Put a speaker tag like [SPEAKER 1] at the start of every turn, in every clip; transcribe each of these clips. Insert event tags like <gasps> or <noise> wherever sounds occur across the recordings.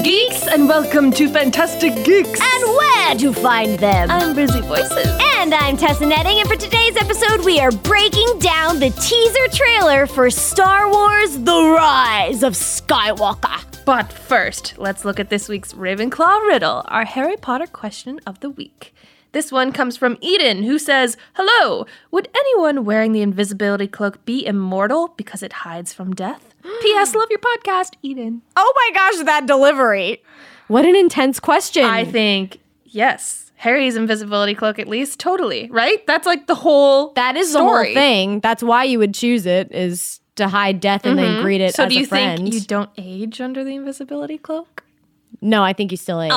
[SPEAKER 1] geeks, and welcome to Fantastic Geeks.
[SPEAKER 2] and where to find them.
[SPEAKER 1] I'm Brizzy Voices.
[SPEAKER 2] and I'm Tessa Netting, and for today's episode, we are breaking down the teaser trailer for Star Wars The Rise of Skywalker.
[SPEAKER 1] But first, let's look at this week's Ravenclaw riddle, our Harry Potter question of the week. This one comes from Eden, who says, Hello, would anyone wearing the invisibility cloak be immortal because it hides from
[SPEAKER 3] <gasps>
[SPEAKER 1] death? P.S. Love your podcast, Eden.
[SPEAKER 2] Oh my gosh, that delivery! What an intense question.
[SPEAKER 1] I
[SPEAKER 3] Mm.
[SPEAKER 1] think, yes, Harry's invisibility cloak, at least, totally, right? That's like the whole.
[SPEAKER 3] That is the
[SPEAKER 1] story.
[SPEAKER 3] whole thing. That's why you would choose it is to hide death and then greet
[SPEAKER 1] Mm-hmm.
[SPEAKER 3] it
[SPEAKER 1] So
[SPEAKER 3] as
[SPEAKER 1] do you
[SPEAKER 3] a friend.
[SPEAKER 1] think you don't age under the invisibility cloak?
[SPEAKER 3] no, I think you still age.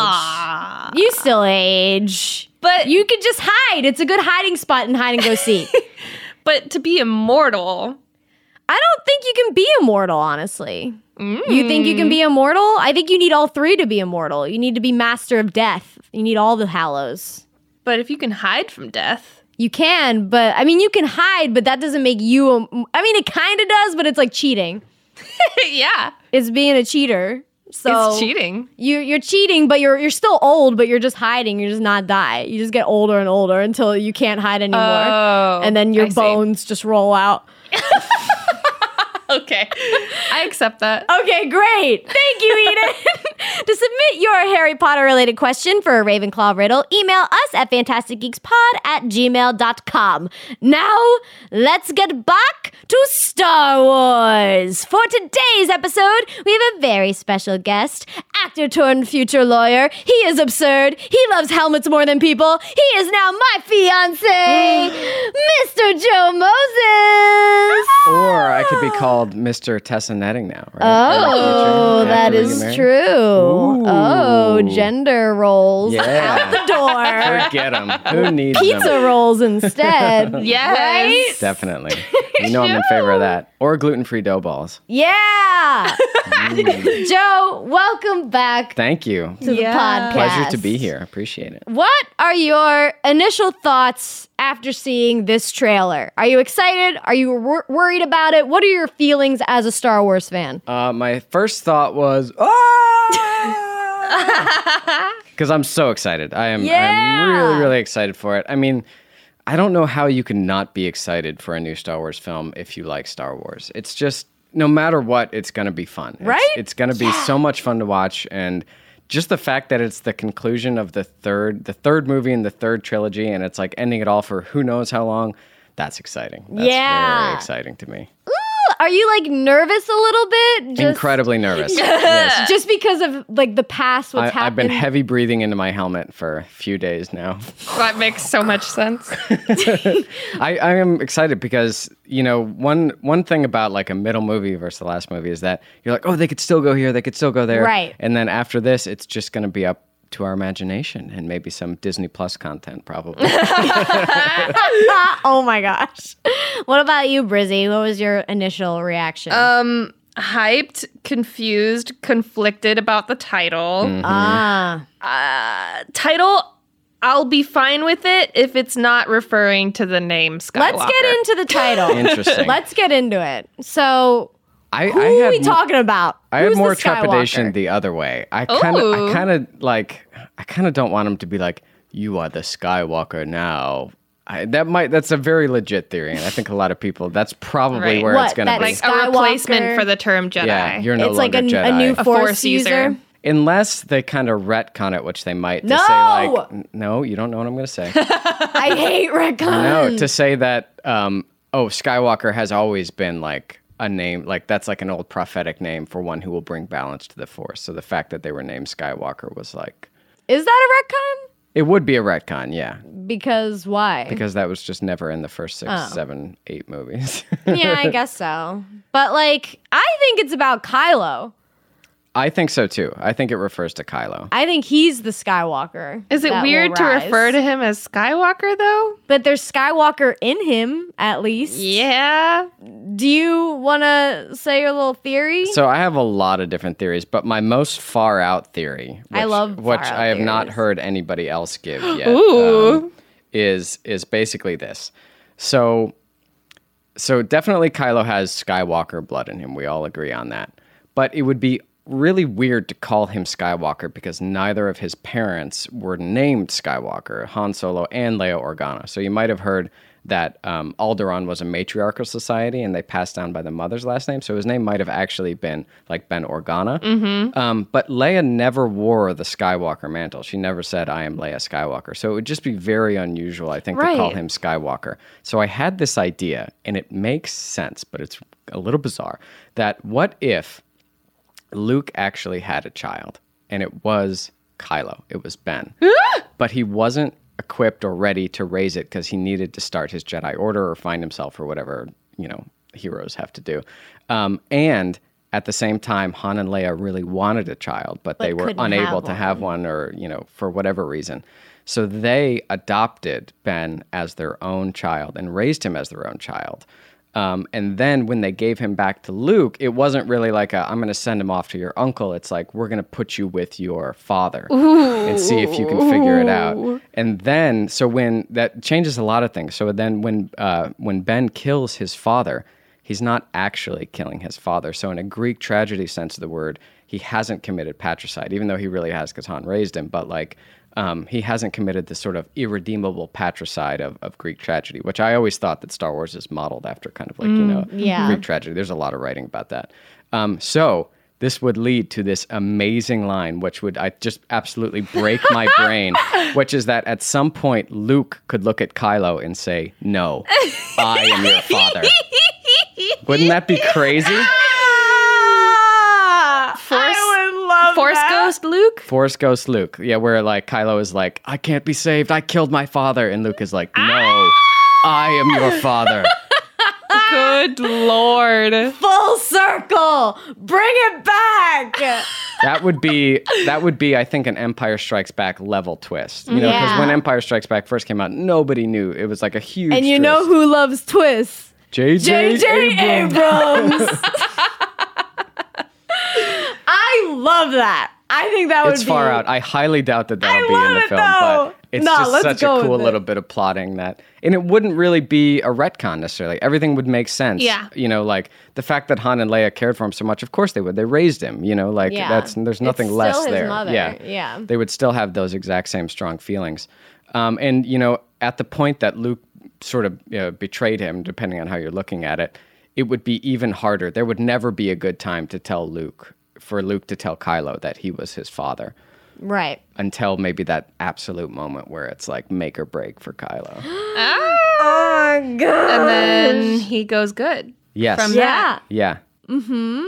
[SPEAKER 3] You still age.
[SPEAKER 1] But-
[SPEAKER 3] you can just hide. It's a good hiding spot and hide and go seek.
[SPEAKER 1] But to be immortal,
[SPEAKER 3] I don't think you can be immortal, honestly. You think you can
[SPEAKER 1] Mm.
[SPEAKER 3] be immortal? I think you need all three to be immortal. You need to be master of death. You need all the hallows.
[SPEAKER 1] but if you can hide from death, <laughs>
[SPEAKER 3] You can, but I mean, you can hide, but that doesn't make you. im- I mean, it kind of does, but it's like cheating.
[SPEAKER 1] yeah,
[SPEAKER 3] It's being a cheater. So
[SPEAKER 1] it's cheating.
[SPEAKER 3] you you're cheating, but you're you're still old, but you're just hiding. You're just not die. You just get older and older until you can't hide anymore,
[SPEAKER 1] Oh,
[SPEAKER 3] and then your
[SPEAKER 1] I see.
[SPEAKER 3] bones just roll out.
[SPEAKER 1] Okay, <laughs> I accept that.
[SPEAKER 3] Okay, great. Thank
[SPEAKER 4] <laughs>
[SPEAKER 3] you, Eden. <laughs> to submit your Harry Potter related question for a Ravenclaw riddle, email us at fantasticgeekspod at gmail.com. Now, let's get back to Star Wars. For today's episode, we have a very special guest, actor turned future lawyer. He is absurd. He loves helmets more than people. He is now my
[SPEAKER 4] <gasps>
[SPEAKER 3] fiance, Mr. Joe Moses.
[SPEAKER 4] Or I could be called Mr. Tessa Netting now, right?
[SPEAKER 3] Oh,
[SPEAKER 4] In the future,
[SPEAKER 3] that
[SPEAKER 4] after we
[SPEAKER 3] is
[SPEAKER 4] get married.
[SPEAKER 3] true. Oh, gender rolls out
[SPEAKER 4] Yeah.
[SPEAKER 3] the
[SPEAKER 4] <laughs>
[SPEAKER 3] door.
[SPEAKER 4] Forget 'em. Who needs
[SPEAKER 3] Pizza
[SPEAKER 4] them?
[SPEAKER 3] rolls
[SPEAKER 4] <laughs>
[SPEAKER 3] instead.
[SPEAKER 1] Yes.
[SPEAKER 3] <laughs>
[SPEAKER 4] Definitely. You know I'm in favor of that. Or gluten-free dough balls.
[SPEAKER 3] Yeah.
[SPEAKER 4] Mm.
[SPEAKER 3] Joe, welcome back
[SPEAKER 4] Thank you.
[SPEAKER 3] to the
[SPEAKER 1] Yeah.
[SPEAKER 3] podcast.
[SPEAKER 4] Pleasure to be here. Appreciate it.
[SPEAKER 3] What are your initial thoughts after seeing this trailer? Are you excited? Are you wor- worried about it? What are your feelings as a Star Wars fan?
[SPEAKER 4] Uh, my first thought was,
[SPEAKER 3] <laughs>
[SPEAKER 4] because I'm so excited. I am.
[SPEAKER 3] Yeah.
[SPEAKER 4] I'm really, really excited for it. I mean, I don't know how you can not be excited for a new Star Wars film if you like Star Wars. It's just no matter what, it's going to be fun. It's-
[SPEAKER 3] Right?
[SPEAKER 4] It's, going to be so much fun to watch, and just the fact that it's the conclusion of the third, the third movie in the third trilogy, and it's like ending it all for who knows how long. That's exciting. That's
[SPEAKER 3] Yeah.
[SPEAKER 4] very exciting to me.
[SPEAKER 3] Are you like nervous a little bit? Just, <laughs>
[SPEAKER 4] Incredibly nervous. yes.
[SPEAKER 3] Just because of like the past, what's
[SPEAKER 4] I, I've been
[SPEAKER 3] happened?
[SPEAKER 4] heavy breathing into my helmet for a few days now. <laughs>
[SPEAKER 1] That makes so much sense.
[SPEAKER 4] I, I am excited because you know one one thing about like a middle movie versus the last movie is that you're like, oh, they could still go here, they could still go there,
[SPEAKER 3] Right.
[SPEAKER 4] And then after this, it's just going to be up to our imagination and maybe some Disney Plus content,
[SPEAKER 3] <laughs>
[SPEAKER 4] probably.
[SPEAKER 3] oh my gosh. What about you, Brizzy? What was your initial reaction?
[SPEAKER 1] Uh, Hyped, confused, conflicted about the title.
[SPEAKER 4] Hmm. Mm.
[SPEAKER 3] ah.
[SPEAKER 1] Uh, Title, I'll be fine with it if it's not referring to the name Skywalker.
[SPEAKER 3] Let's get into the title. <laughs>
[SPEAKER 4] Interesting.
[SPEAKER 3] Let's get into it. So,
[SPEAKER 4] I,
[SPEAKER 3] who
[SPEAKER 4] I
[SPEAKER 3] are
[SPEAKER 4] had
[SPEAKER 3] we
[SPEAKER 4] mo-
[SPEAKER 3] talking about?
[SPEAKER 4] I had
[SPEAKER 3] Who's
[SPEAKER 4] more
[SPEAKER 3] the Skywalker?
[SPEAKER 4] trepidation the other way. I kind of,
[SPEAKER 1] Ooh.
[SPEAKER 4] I kind of like, I kind of don't want him to be like, "You are the Skywalker now." I, that might, that's a very legit theory, and I think a lot of people. That's probably
[SPEAKER 1] Right.
[SPEAKER 4] where it's
[SPEAKER 3] What,
[SPEAKER 4] going to
[SPEAKER 3] that
[SPEAKER 4] be.
[SPEAKER 1] like a replacement
[SPEAKER 3] Skywalker.
[SPEAKER 1] for the term Jedi.
[SPEAKER 4] yeah, you're no
[SPEAKER 3] it's like
[SPEAKER 4] longer
[SPEAKER 3] a, a
[SPEAKER 4] Jedi.
[SPEAKER 3] new
[SPEAKER 1] A
[SPEAKER 3] force,
[SPEAKER 1] Force user.
[SPEAKER 3] user.
[SPEAKER 4] Unless they kind of retcon it, which they might. To say
[SPEAKER 3] No!
[SPEAKER 4] like, "N- no, you don't know what I'm going to say.
[SPEAKER 1] <laughs>
[SPEAKER 3] I hate retcon. <laughs>
[SPEAKER 4] no, to say that, um, oh, Skywalker has always been like a name, like that's like an old prophetic name for one who will bring balance to the Force. So the fact that they were named Skywalker was like,
[SPEAKER 3] Is that a
[SPEAKER 4] it would be a retcon, yeah,
[SPEAKER 3] retcon? Because why?
[SPEAKER 4] because that was just never in the first six, seven, eight movies. <laughs>
[SPEAKER 3] yeah, I guess so. But like, I think it's about Kylo.
[SPEAKER 4] I think so too. I think it refers to Kylo.
[SPEAKER 3] I think he's the Skywalker.
[SPEAKER 1] Is it
[SPEAKER 3] that will
[SPEAKER 1] weird to
[SPEAKER 3] rise.
[SPEAKER 1] refer to him as Skywalker though?
[SPEAKER 3] But there's Skywalker in him, at
[SPEAKER 1] <laughs>
[SPEAKER 3] least.
[SPEAKER 1] Yeah.
[SPEAKER 3] Do you want to say your little theory?
[SPEAKER 4] So I have a lot of different theories, but my most far out theory, which,
[SPEAKER 3] I love far
[SPEAKER 4] which
[SPEAKER 3] out
[SPEAKER 4] I have not
[SPEAKER 3] theories.
[SPEAKER 4] heard anybody
[SPEAKER 3] <gasps>
[SPEAKER 4] else give yet, um, is is basically this. So, so definitely Kylo has Skywalker blood in him. We all agree on that. But it would be really weird to call him Skywalker because neither of his parents were named Skywalker, Han Solo and Leia Organa. So you might have heard that um, Alderaan was a matriarchal society and they passed down by the mother's last name. So his name might have actually been like Ben Organa. Um, but Leia never wore the Skywalker mantle. She never said, I am Leia Skywalker. So it would just be very unusual, I think, to call
[SPEAKER 1] Right.
[SPEAKER 4] him him Skywalker. So I had this idea, and it makes sense, but it's a little bizarre that what if Luke actually had a child and it was Kylo, it
[SPEAKER 3] <gasps>
[SPEAKER 4] was Ben, but he wasn't equipped or ready to raise it because he needed to start his Jedi Order or find himself or whatever, you know, heroes have to do. Um, and at the same time, Han and Leia really wanted a child, but, they were
[SPEAKER 3] couldn't have
[SPEAKER 4] unable to have one or, you know, for whatever reason. So they adopted Ben as their own child and raised him as their own child. Um, and then when they gave him back to Luke, it wasn't really like i I'm going to send him off to your uncle. It's like we're going to put you with your father and see if you can figure it out. And then so when that changes a lot of things. So then when uh, when Ben kills his father, he's not actually killing his father. So, in a Greek tragedy sense of the word, he hasn't committed patricide, even though he really has because Han raised him. But, like, um, he hasn't committed this sort of irredeemable patricide of, of Greek tragedy, which I always thought that Star Wars is modeled after kind of like, you know, Greek tragedy. There's a lot of writing about that. Um, so, this would lead to this amazing line, which would I just absolutely break my brain, which is that at some point Luke could look at Kylo and say, No, I am your father. Wouldn't
[SPEAKER 3] <laughs>
[SPEAKER 4] that be crazy?
[SPEAKER 1] Ah! Force,
[SPEAKER 5] would love
[SPEAKER 1] Force
[SPEAKER 5] that.
[SPEAKER 1] Ghost Luke?
[SPEAKER 4] Force Ghost Luke, yeah, where like Kylo is like, I can't be saved. I killed my father. And Luke is like, No,
[SPEAKER 3] Ah!"
[SPEAKER 4] I am your father.
[SPEAKER 1] Good lord.
[SPEAKER 3] Full circle. Bring it
[SPEAKER 4] <laughs>
[SPEAKER 3] back.
[SPEAKER 4] That would be that would be, I think, an Empire Strikes Back level twist. You know, because
[SPEAKER 3] Yeah.
[SPEAKER 4] when Empire Strikes Back first came out, nobody knew it was like a huge.
[SPEAKER 3] and you know who loves twists?
[SPEAKER 4] JJ,
[SPEAKER 3] JJ
[SPEAKER 4] Abrams. <laughs>
[SPEAKER 3] Abrams. I love that. I think that would
[SPEAKER 4] It's
[SPEAKER 3] be
[SPEAKER 4] far out. I highly doubt that that'll be in
[SPEAKER 3] love
[SPEAKER 4] the
[SPEAKER 3] it,
[SPEAKER 4] film,
[SPEAKER 3] though.
[SPEAKER 4] but it's
[SPEAKER 3] No,
[SPEAKER 4] just
[SPEAKER 3] let's
[SPEAKER 4] such
[SPEAKER 3] go
[SPEAKER 4] a
[SPEAKER 3] with
[SPEAKER 4] cool
[SPEAKER 3] it.
[SPEAKER 4] little bit of plotting that, and it wouldn't really be a retcon necessarily. Everything would make sense.
[SPEAKER 1] Yeah.
[SPEAKER 4] you know, like the fact that Han and Leia cared for him so much. Of course they would. They raised him. You know, like
[SPEAKER 3] Yeah.
[SPEAKER 4] that's there's nothing
[SPEAKER 3] still
[SPEAKER 4] less
[SPEAKER 3] his
[SPEAKER 4] there.
[SPEAKER 3] mother.
[SPEAKER 4] Yeah,
[SPEAKER 3] Yeah.
[SPEAKER 4] They would still have those exact same strong feelings, um, and you know, at the point that Luke sort of you know, betrayed him, depending on how you're looking at it, it would be even harder. There would never be a good time to tell Luke for Luke to tell Kylo that he was his father
[SPEAKER 3] right.
[SPEAKER 4] until maybe that absolute moment where it's like make or break
[SPEAKER 3] <gasps>
[SPEAKER 4] for Kylo.
[SPEAKER 1] And then he goes good.
[SPEAKER 4] Yes.
[SPEAKER 1] From
[SPEAKER 3] Yeah.
[SPEAKER 4] Yeah. Mm-hmm.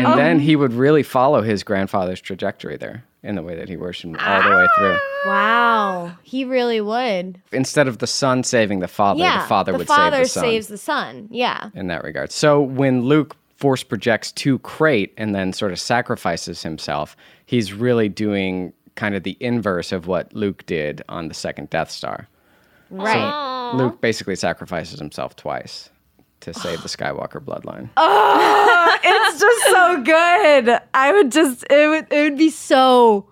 [SPEAKER 4] And
[SPEAKER 3] Oh.
[SPEAKER 4] then he would really follow his grandfather's trajectory there in the way that he worshipped him all the way
[SPEAKER 3] Ah.
[SPEAKER 4] through.
[SPEAKER 3] Wow. He really would.
[SPEAKER 4] Instead of the son saving the father,
[SPEAKER 3] Yeah.
[SPEAKER 4] the father would
[SPEAKER 3] father
[SPEAKER 4] save the son
[SPEAKER 3] saves the son. Yeah.
[SPEAKER 4] in that regard. So when Luke force projects to Crate and then sort of sacrifices himself, he's really doing kind of the inverse of what Luke did on the second Death Star.
[SPEAKER 3] Right.
[SPEAKER 4] Luke basically sacrifices himself twice to
[SPEAKER 3] <sighs>
[SPEAKER 4] save the Skywalker bloodline.
[SPEAKER 3] Oh. it's just so good. I would just it would it would be so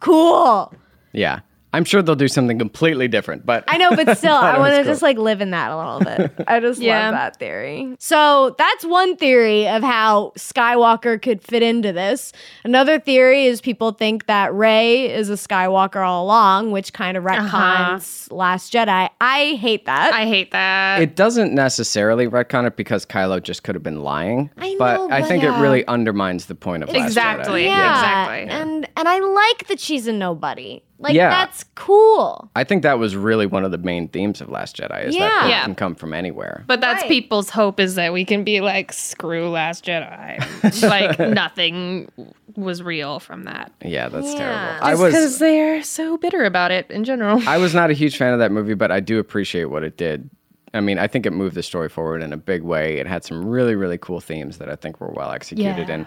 [SPEAKER 3] cool.
[SPEAKER 4] Yeah. I'm sure they'll do something completely different, but
[SPEAKER 3] I know, but still, I
[SPEAKER 4] it was
[SPEAKER 3] want to
[SPEAKER 4] cool.
[SPEAKER 3] just like live in that a little bit. <laughs> I just
[SPEAKER 1] Yeah.
[SPEAKER 3] love that theory. So that's one theory of how Skywalker could fit into this. Another theory is people think that Rey is a Skywalker all along, which kind of retcons Last Jedi. Uh-huh. I hate that.
[SPEAKER 1] I hate that.
[SPEAKER 4] it doesn't necessarily retcon it because Kylo just could have been lying.
[SPEAKER 3] I
[SPEAKER 4] but
[SPEAKER 3] know,
[SPEAKER 4] I
[SPEAKER 3] but-
[SPEAKER 4] think
[SPEAKER 3] Yeah.
[SPEAKER 4] it really undermines the point of Last Jedi.
[SPEAKER 1] Exactly.
[SPEAKER 3] yeah,
[SPEAKER 1] exactly.
[SPEAKER 3] and and I like that she's a nobody. Like
[SPEAKER 4] Yeah.
[SPEAKER 3] that's cool.
[SPEAKER 4] I think that was really one of the main themes of Last Jedi is
[SPEAKER 3] Yeah.
[SPEAKER 4] that it
[SPEAKER 1] Yeah.
[SPEAKER 4] can come from anywhere.
[SPEAKER 1] But that's
[SPEAKER 3] Right.
[SPEAKER 1] people's hope is that we can be like, screw Last
[SPEAKER 4] <laughs>
[SPEAKER 1] Jedi. like, nothing was real from that.
[SPEAKER 4] yeah, that's
[SPEAKER 3] Yeah.
[SPEAKER 4] terrible. I
[SPEAKER 1] Because
[SPEAKER 4] was
[SPEAKER 1] they're so bitter about it in general.
[SPEAKER 4] <laughs> I was not a huge fan of that movie, but I do appreciate what it did. I mean, I think it moved the story forward in a big way. It had some really, really cool themes that I think were well executed
[SPEAKER 1] Yeah.
[SPEAKER 4] and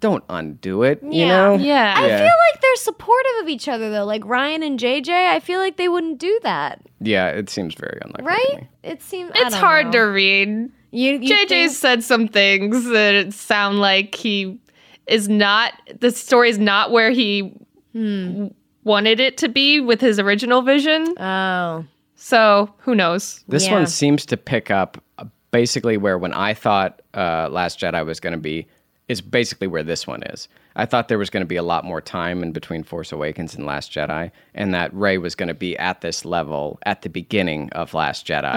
[SPEAKER 4] don't undo it, you
[SPEAKER 3] Yeah.
[SPEAKER 4] know?
[SPEAKER 1] yeah.
[SPEAKER 3] I feel like they're supportive of each other though. Like Ryan and JJ, I feel like they wouldn't do that,
[SPEAKER 4] Yeah, it seems very unlikely. to
[SPEAKER 3] right?
[SPEAKER 4] me.
[SPEAKER 3] It seems I
[SPEAKER 1] It's
[SPEAKER 3] don't
[SPEAKER 1] hard to
[SPEAKER 3] know.
[SPEAKER 1] read.
[SPEAKER 3] You, you
[SPEAKER 1] JJ
[SPEAKER 3] think-
[SPEAKER 1] said some things that it sound like he is not, the story is not where he w- wanted it to be with his original vision.
[SPEAKER 3] Oh,
[SPEAKER 1] So who knows?
[SPEAKER 4] This
[SPEAKER 3] Yeah.
[SPEAKER 4] one seems to pick up uh, basically where when I thought uh, Last Jedi was going to be, is basically where this one is. I thought there was going to be a lot more time in between Force Awakens and Last Jedi, and that Ray was going to be at this level at the beginning of Last Jedi,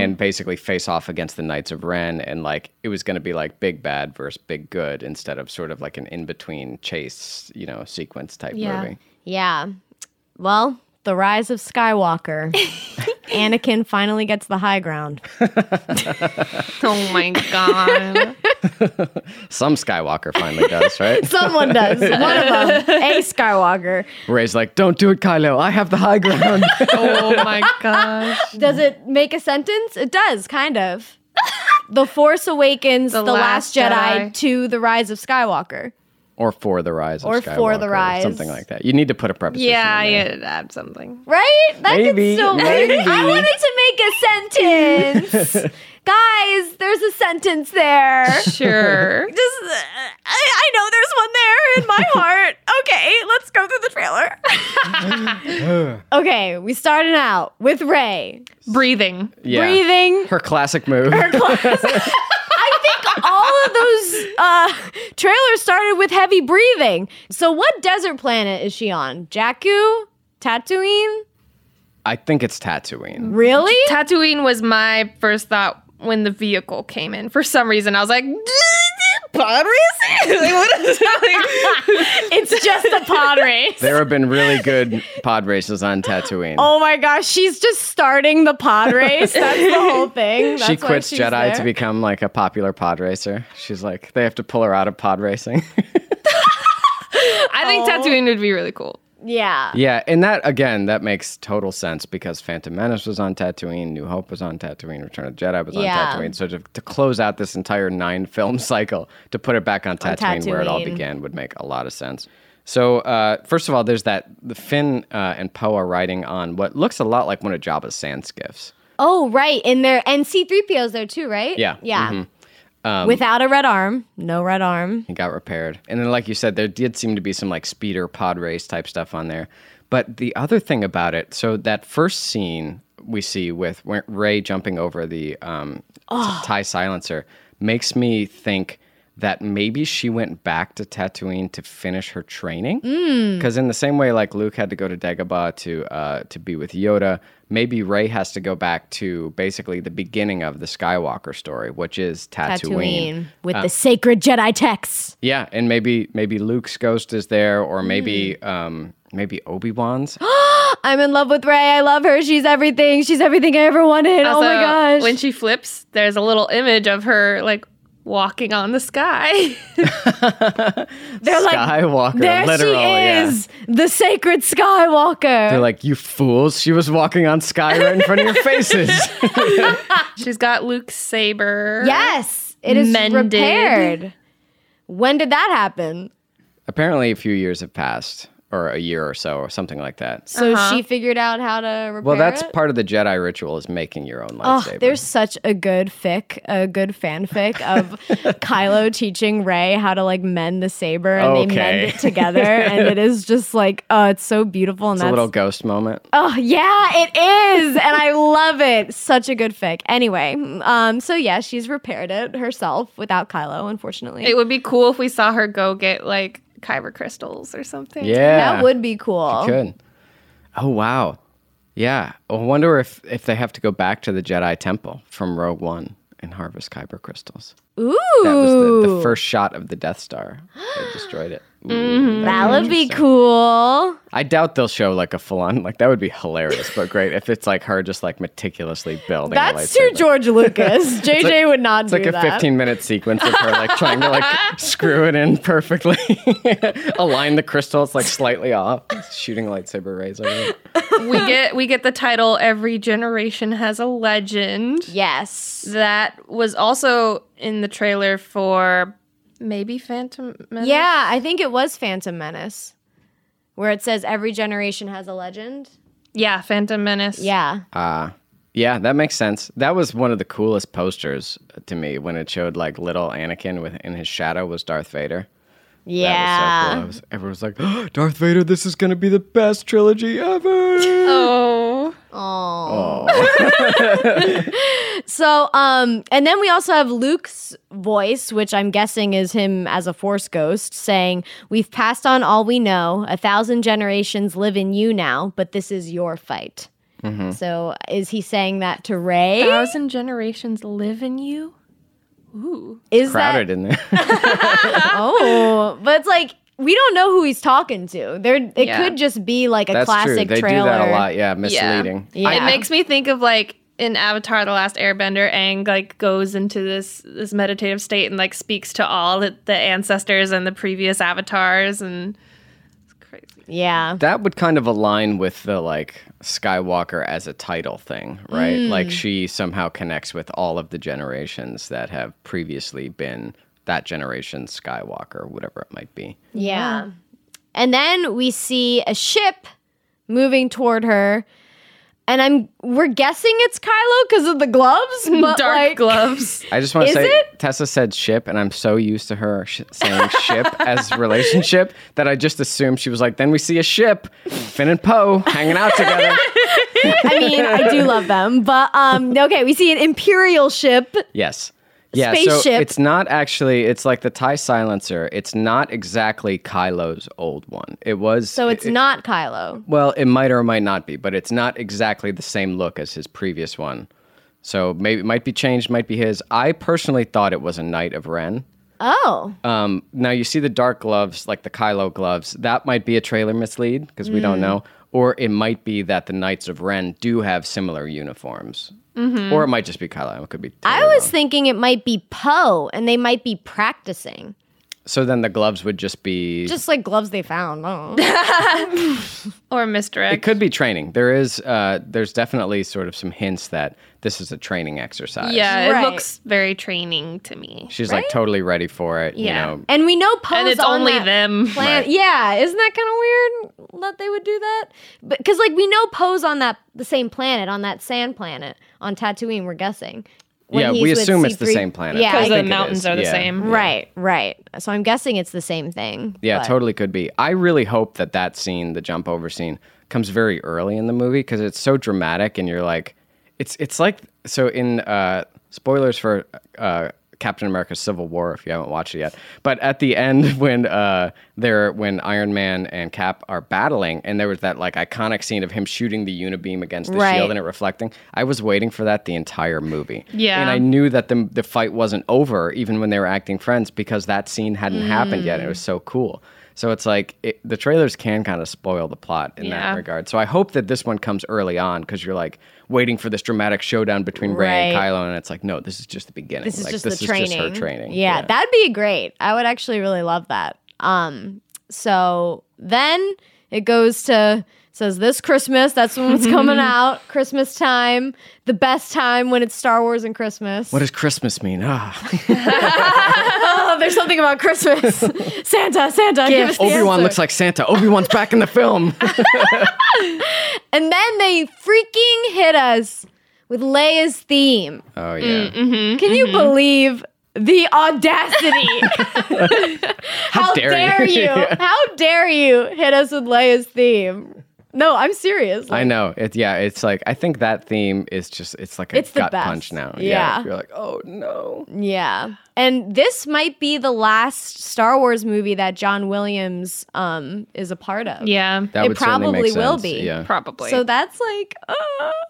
[SPEAKER 4] and basically face off against the Knights of Ren, and like it was going to be like big bad versus big good instead of sort of like an in between chase, you know, sequence type
[SPEAKER 1] Yeah.
[SPEAKER 4] movie.
[SPEAKER 3] Yeah. Well, the rise of Skywalker.
[SPEAKER 1] <laughs>
[SPEAKER 3] Anakin finally gets the high ground.
[SPEAKER 1] Oh my god.
[SPEAKER 4] Some Skywalker finally does, right? <laughs>
[SPEAKER 3] Someone does. <laughs> One of them.
[SPEAKER 1] <laughs>
[SPEAKER 3] A Skywalker.
[SPEAKER 4] Ray's like, "Don't do it, Kylo. I have the high ground."
[SPEAKER 1] oh my gosh.
[SPEAKER 3] Does it make a sentence? It does,
[SPEAKER 1] <laughs>
[SPEAKER 3] kind of. The Force Awakens, The, Last,
[SPEAKER 1] Last
[SPEAKER 3] Jedi,
[SPEAKER 1] Jedi.
[SPEAKER 3] to The Rise of Skywalker.
[SPEAKER 4] or for the rise of
[SPEAKER 3] Or
[SPEAKER 4] Skywalker,
[SPEAKER 3] for the rise.
[SPEAKER 4] something like that. You need to put a preposition.
[SPEAKER 1] <laughs> Yeah,
[SPEAKER 4] in there.
[SPEAKER 1] yeah, add something.
[SPEAKER 3] Right? That
[SPEAKER 4] Maybe,
[SPEAKER 3] gets so weird.
[SPEAKER 4] maybe.
[SPEAKER 3] I wanted to make a
[SPEAKER 4] <laughs>
[SPEAKER 3] sentence. Guys, there's a sentence there.
[SPEAKER 1] Sure.
[SPEAKER 3] Just, uh, I, I know there's one there in
[SPEAKER 4] <laughs>
[SPEAKER 3] my heart. Okay, let's go through the trailer.
[SPEAKER 4] <laughs>
[SPEAKER 3] okay, we started out with Ray
[SPEAKER 1] Breathing.
[SPEAKER 4] Yeah.
[SPEAKER 3] breathing.
[SPEAKER 4] Her classic move.
[SPEAKER 3] <laughs> I think all of those uh, trailers started with heavy breathing. So, what desert planet is she on? Jakku, Tatooine?
[SPEAKER 4] <laughs> I think it's Tatooine.
[SPEAKER 3] Really?
[SPEAKER 1] Tatooine was my first thought when the vehicle came in. For some reason, I was like, <laughs> pod racing? Like, what is that? Like,
[SPEAKER 3] it's just a pod
[SPEAKER 4] <laughs>
[SPEAKER 3] race.
[SPEAKER 4] There have been really good pod races on Tatooine.
[SPEAKER 3] Oh my gosh, she's just starting the pod race. That's
[SPEAKER 4] <laughs>
[SPEAKER 3] the whole thing. That's
[SPEAKER 4] she
[SPEAKER 3] why
[SPEAKER 4] quits
[SPEAKER 3] she's
[SPEAKER 4] Jedi
[SPEAKER 3] there.
[SPEAKER 4] to become like a popular pod racer. She's like, they have to pull her out of pod racing. <laughs>
[SPEAKER 1] I think Tatooine would be really cool.
[SPEAKER 3] Yeah.
[SPEAKER 4] yeah, and that again, that makes total sense because Phantom Menace was on Tatooine, New Hope was on Tatooine, Return of the Jedi was
[SPEAKER 3] Yeah.
[SPEAKER 4] on Tatooine. So to, to close out this entire nine film <laughs> cycle, to put it back on Tatooine, where it all
[SPEAKER 3] Tatooine.
[SPEAKER 4] began would make a lot of sense. So uh, first of all, there's that the Finn uh, and Poe are riding on what looks a lot like one of Jabba's sand skiffs.
[SPEAKER 3] Oh, right. And there and C3PO's there too, right?
[SPEAKER 4] Yeah. Mm-hmm. Um,
[SPEAKER 3] Yeah. Without a red arm. No red arm.
[SPEAKER 4] and got repaired. And then, like you said, there did seem to be some like speeder pod race type stuff on there. But the other thing about it, so that first scene we see with Ray jumping over the um, tie silencer makes me think that maybe she went back to Tatooine to finish her training. Because in the same way, like Luke had to go to Dagobah to uh, to be with Yoda, maybe Ray has to go back to basically the beginning of the Skywalker story, which is Tatooine. Uh,
[SPEAKER 3] Tatooine. With the sacred Jedi texts.
[SPEAKER 4] Yeah, and maybe maybe Luke's ghost is there, or maybe
[SPEAKER 3] Hmm.
[SPEAKER 4] um, maybe Obi Wan's.
[SPEAKER 3] I'm in love with Ray. I love her. She's everything. She's everything I ever wanted. oh my
[SPEAKER 1] Also,
[SPEAKER 3] gosh.
[SPEAKER 1] When she flips, there's a little image of her like walking on the sky.
[SPEAKER 3] <gasps>
[SPEAKER 1] <laughs>
[SPEAKER 3] They're
[SPEAKER 4] Skywalker,
[SPEAKER 3] there
[SPEAKER 4] literal,
[SPEAKER 3] she
[SPEAKER 4] yeah.
[SPEAKER 3] is, the sacred Skywalker.
[SPEAKER 4] They're like, you fools! She was walking on sky right in front of
[SPEAKER 3] <laughs>
[SPEAKER 4] your faces.
[SPEAKER 1] She's got Luke's saber.
[SPEAKER 3] yes, it is
[SPEAKER 1] Mended.
[SPEAKER 3] repaired. When did that happen?
[SPEAKER 4] Apparently, a few years have passed, or a year or so, or something like that.
[SPEAKER 3] So she figured out how to repair
[SPEAKER 4] well, that's
[SPEAKER 3] it?
[SPEAKER 4] part of the Jedi ritual is making your own
[SPEAKER 3] Oh,
[SPEAKER 4] lightsaber.
[SPEAKER 3] there's such a good fic, a good fanfic
[SPEAKER 4] <laughs>
[SPEAKER 3] of Kylo teaching Rey how to like mend the saber, and they
[SPEAKER 4] Okay.
[SPEAKER 3] mend it together, and it is just like, oh, it's so beautiful, and
[SPEAKER 4] it's a
[SPEAKER 3] that's
[SPEAKER 4] little ghost moment.
[SPEAKER 3] Oh yeah, it is, and I love it. Such a good fic. Anyway, um, so yeah, she's repaired it herself without Kylo, unfortunately.
[SPEAKER 1] It would be cool if we saw her go get like kyber crystals or something.
[SPEAKER 4] yeah,
[SPEAKER 3] That would be cool.
[SPEAKER 4] Good. Oh wow. Yeah. I wonder if if they have to go back to the Jedi Temple from Rogue One and harvest Kyber crystals.
[SPEAKER 3] Ooh,
[SPEAKER 4] That was the, the first shot of the Death Star. They destroyed it. <gasps> Ooh, that'd
[SPEAKER 3] that
[SPEAKER 4] be
[SPEAKER 3] would be
[SPEAKER 4] interesting.
[SPEAKER 3] cool.
[SPEAKER 4] I doubt they'll show like a full on like that would be hilarious, but great if it's like her just like meticulously building. a
[SPEAKER 3] That's too
[SPEAKER 4] lightsaber.
[SPEAKER 3] George
[SPEAKER 4] <laughs>
[SPEAKER 3] Lucas. JJ would not
[SPEAKER 4] It's
[SPEAKER 3] do
[SPEAKER 4] like a
[SPEAKER 3] that.
[SPEAKER 4] 15 minute sequence of her like trying to
[SPEAKER 3] <laughs>
[SPEAKER 4] like screw it in perfectly, <laughs> align the crystals like slightly off, shooting lightsaber rays over it.
[SPEAKER 3] <laughs>
[SPEAKER 1] We get we get the title Every Generation Has a Legend.
[SPEAKER 3] Yes.
[SPEAKER 1] That was also in the trailer for maybe Phantom Menace.
[SPEAKER 3] Yeah, I think it was Phantom Menace, where it says every generation has a legend.
[SPEAKER 1] Yeah, Phantom Menace.
[SPEAKER 3] Yeah.
[SPEAKER 4] Ah, Yeah, that makes sense. That was one of the coolest posters to me when it showed like little Anakin with in his shadow was Darth Vader. That was so cool.
[SPEAKER 3] yeah.
[SPEAKER 4] I <gasps> was, everyone was like, "Darth Vader, this is going to be the best trilogy ever."
[SPEAKER 1] Oh.
[SPEAKER 3] So, um, and then we also have Luke's voice, which I'm guessing is him as a force ghost, saying, We've passed on all we know. A thousand generations live in you now, but this is your fight.
[SPEAKER 4] Mm-hmm.
[SPEAKER 3] So, is he saying that to Ray?
[SPEAKER 1] thousand generations live in you. Ooh.
[SPEAKER 3] Is
[SPEAKER 4] Crowded in there.
[SPEAKER 3] that <laughs> oh? But it's like we don't know who he's talking to. There, it
[SPEAKER 1] Yeah.
[SPEAKER 3] could just be like a
[SPEAKER 4] That's true.
[SPEAKER 3] classic
[SPEAKER 4] They
[SPEAKER 3] trailer.
[SPEAKER 4] do that a lot. Yeah, misleading.
[SPEAKER 3] Yeah.
[SPEAKER 1] It makes me think of like in Avatar: The Last Airbender, Aang like goes into this this meditative state and like speaks to all the, the ancestors and the previous avatars, and it's crazy.
[SPEAKER 3] Yeah.
[SPEAKER 4] That would kind of align with the like Skywalker as a title thing, right?
[SPEAKER 3] Mm.
[SPEAKER 4] Like she somehow connects with all of the generations that have previously been that generation Skywalker, whatever it might be.
[SPEAKER 3] Yeah. And then we see a ship moving toward her. And I'm we're guessing it's Kylo because of the
[SPEAKER 1] <laughs>
[SPEAKER 3] gloves, but
[SPEAKER 1] Dark
[SPEAKER 3] like, <laughs>
[SPEAKER 1] gloves.
[SPEAKER 4] I just want to
[SPEAKER 3] Is
[SPEAKER 4] say
[SPEAKER 3] it?
[SPEAKER 4] Tessa said ship, and I'm so used to her sh-
[SPEAKER 3] <laughs>
[SPEAKER 4] saying ship as relationship that I just assumed she was like, then we see a ship, Finn and Poe hanging
[SPEAKER 3] <laughs>
[SPEAKER 4] out together.
[SPEAKER 3] I mean, I do love them, but um, okay, we see an imperial ship.
[SPEAKER 4] Yes. Yeah, so
[SPEAKER 3] Spaceship.
[SPEAKER 4] it's not actually, it's like the TIE silencer. It's not exactly Kylo's old one. It was.
[SPEAKER 3] So it's not Kylo.
[SPEAKER 4] Well, it might or might not be, but it's not exactly the same look as his previous one. So maybe it might be changed, might be his. I personally thought it was a Knight of Ren.
[SPEAKER 3] Oh,
[SPEAKER 4] Um, now you see the dark gloves, like the Kylo gloves. That might be a trailer mislead because we
[SPEAKER 3] Hmm.
[SPEAKER 4] don't know, or it might be that the Knights of Ren do have similar uniforms, or it might just be Kylo. It could be.
[SPEAKER 3] Mm-hmm. I
[SPEAKER 4] totally
[SPEAKER 3] was
[SPEAKER 4] wrong.
[SPEAKER 3] thinking it might be Poe, and they might be practicing,
[SPEAKER 4] So then the gloves would just be.
[SPEAKER 3] just like gloves they found. I don't
[SPEAKER 1] <laughs>
[SPEAKER 3] know.
[SPEAKER 1] Or
[SPEAKER 4] it
[SPEAKER 1] misdirect.
[SPEAKER 4] could be training. There is, uh, there's definitely sort of some hints that this is a training exercise.
[SPEAKER 1] yeah, it
[SPEAKER 3] Right.
[SPEAKER 1] looks very training to me.
[SPEAKER 4] She's like totally ready for it.
[SPEAKER 1] Yeah.
[SPEAKER 4] You know,
[SPEAKER 3] And we know Poe's
[SPEAKER 1] And it's
[SPEAKER 3] on
[SPEAKER 1] only
[SPEAKER 3] that-
[SPEAKER 1] them.
[SPEAKER 3] plan. Yeah, isn't that kind of weird that they would do that? But because like we know Poe's on that the same planet on that sand planet on Tatooine. We're guessing. When
[SPEAKER 4] yeah,
[SPEAKER 3] he's
[SPEAKER 4] we
[SPEAKER 3] with
[SPEAKER 4] assume it's the
[SPEAKER 3] C3
[SPEAKER 4] same planet.
[SPEAKER 3] Yeah,
[SPEAKER 4] I
[SPEAKER 3] I-
[SPEAKER 1] Because the
[SPEAKER 4] think it
[SPEAKER 1] mountains
[SPEAKER 4] is.
[SPEAKER 1] are the
[SPEAKER 4] Yeah.
[SPEAKER 1] same.
[SPEAKER 3] right, right. So I'm guessing it's the same thing.
[SPEAKER 4] Yeah,
[SPEAKER 3] but-
[SPEAKER 4] totally could be. I really hope that that scene, the jump over scene, comes very early in the movie because it's so dramatic, and you're like, it's it's like so in uh, spoilers for uh, Captain America: Civil War if you haven't watched it yet. But at the end <laughs> when uh, they're when Iron Man and Cap are battling, and there was that like iconic scene of him shooting the unibeam against the
[SPEAKER 3] Right.
[SPEAKER 4] shield and it reflecting. I was waiting for that the entire movie.
[SPEAKER 1] Yeah.
[SPEAKER 4] and I knew that the the fight wasn't over even when they were acting friends because that scene hadn't happened yet. It was so cool. So it's like it, the trailers can kind of spoil the plot in
[SPEAKER 1] Yeah.
[SPEAKER 4] that regard. So I hope that this one comes early on because you're like waiting for this dramatic showdown between Ray and
[SPEAKER 3] Right.
[SPEAKER 4] Kylo, and it's like no, this is just the beginning.
[SPEAKER 3] This is
[SPEAKER 4] like
[SPEAKER 3] just
[SPEAKER 4] this
[SPEAKER 3] the
[SPEAKER 4] is
[SPEAKER 3] training.
[SPEAKER 4] just her training.
[SPEAKER 3] Yeah, that'd be great. I would actually really love that. Um, so then it goes to says this Christmas. That's when it's coming out. Christmas time, the best time when it's Star Wars and Christmas.
[SPEAKER 4] what does Christmas mean?
[SPEAKER 3] <laughs>
[SPEAKER 4] Ah,
[SPEAKER 3] Oh, <laughs> there's something about <laughs> Christmas. Santa, Santa, give us the
[SPEAKER 4] Obi Wan
[SPEAKER 3] answer.
[SPEAKER 4] looks like Santa. Obi Wan's back in the film. <laughs>
[SPEAKER 3] And then they freaking hit us with Leia's theme.
[SPEAKER 4] oh yeah.
[SPEAKER 3] Can you believe the audacity? <laughs>
[SPEAKER 4] How,
[SPEAKER 3] How dare <laughs> you? How dare you hit us with Leia's theme? No, I'm serious.
[SPEAKER 4] I know. It yeah, it's like I think that theme is just it's like a
[SPEAKER 3] It's the
[SPEAKER 4] gut
[SPEAKER 3] best.
[SPEAKER 4] punch now.
[SPEAKER 3] Yeah.
[SPEAKER 4] You're like, "Oh no."
[SPEAKER 3] yeah. And this might be the last Star Wars movie that John Williams um, is a part of.
[SPEAKER 1] <laughs> Yeah,
[SPEAKER 4] That
[SPEAKER 3] It
[SPEAKER 4] would certainly
[SPEAKER 3] probably
[SPEAKER 4] make
[SPEAKER 3] will
[SPEAKER 4] sense.
[SPEAKER 3] be.
[SPEAKER 4] Yeah.
[SPEAKER 1] probably.
[SPEAKER 3] So that's like, uh,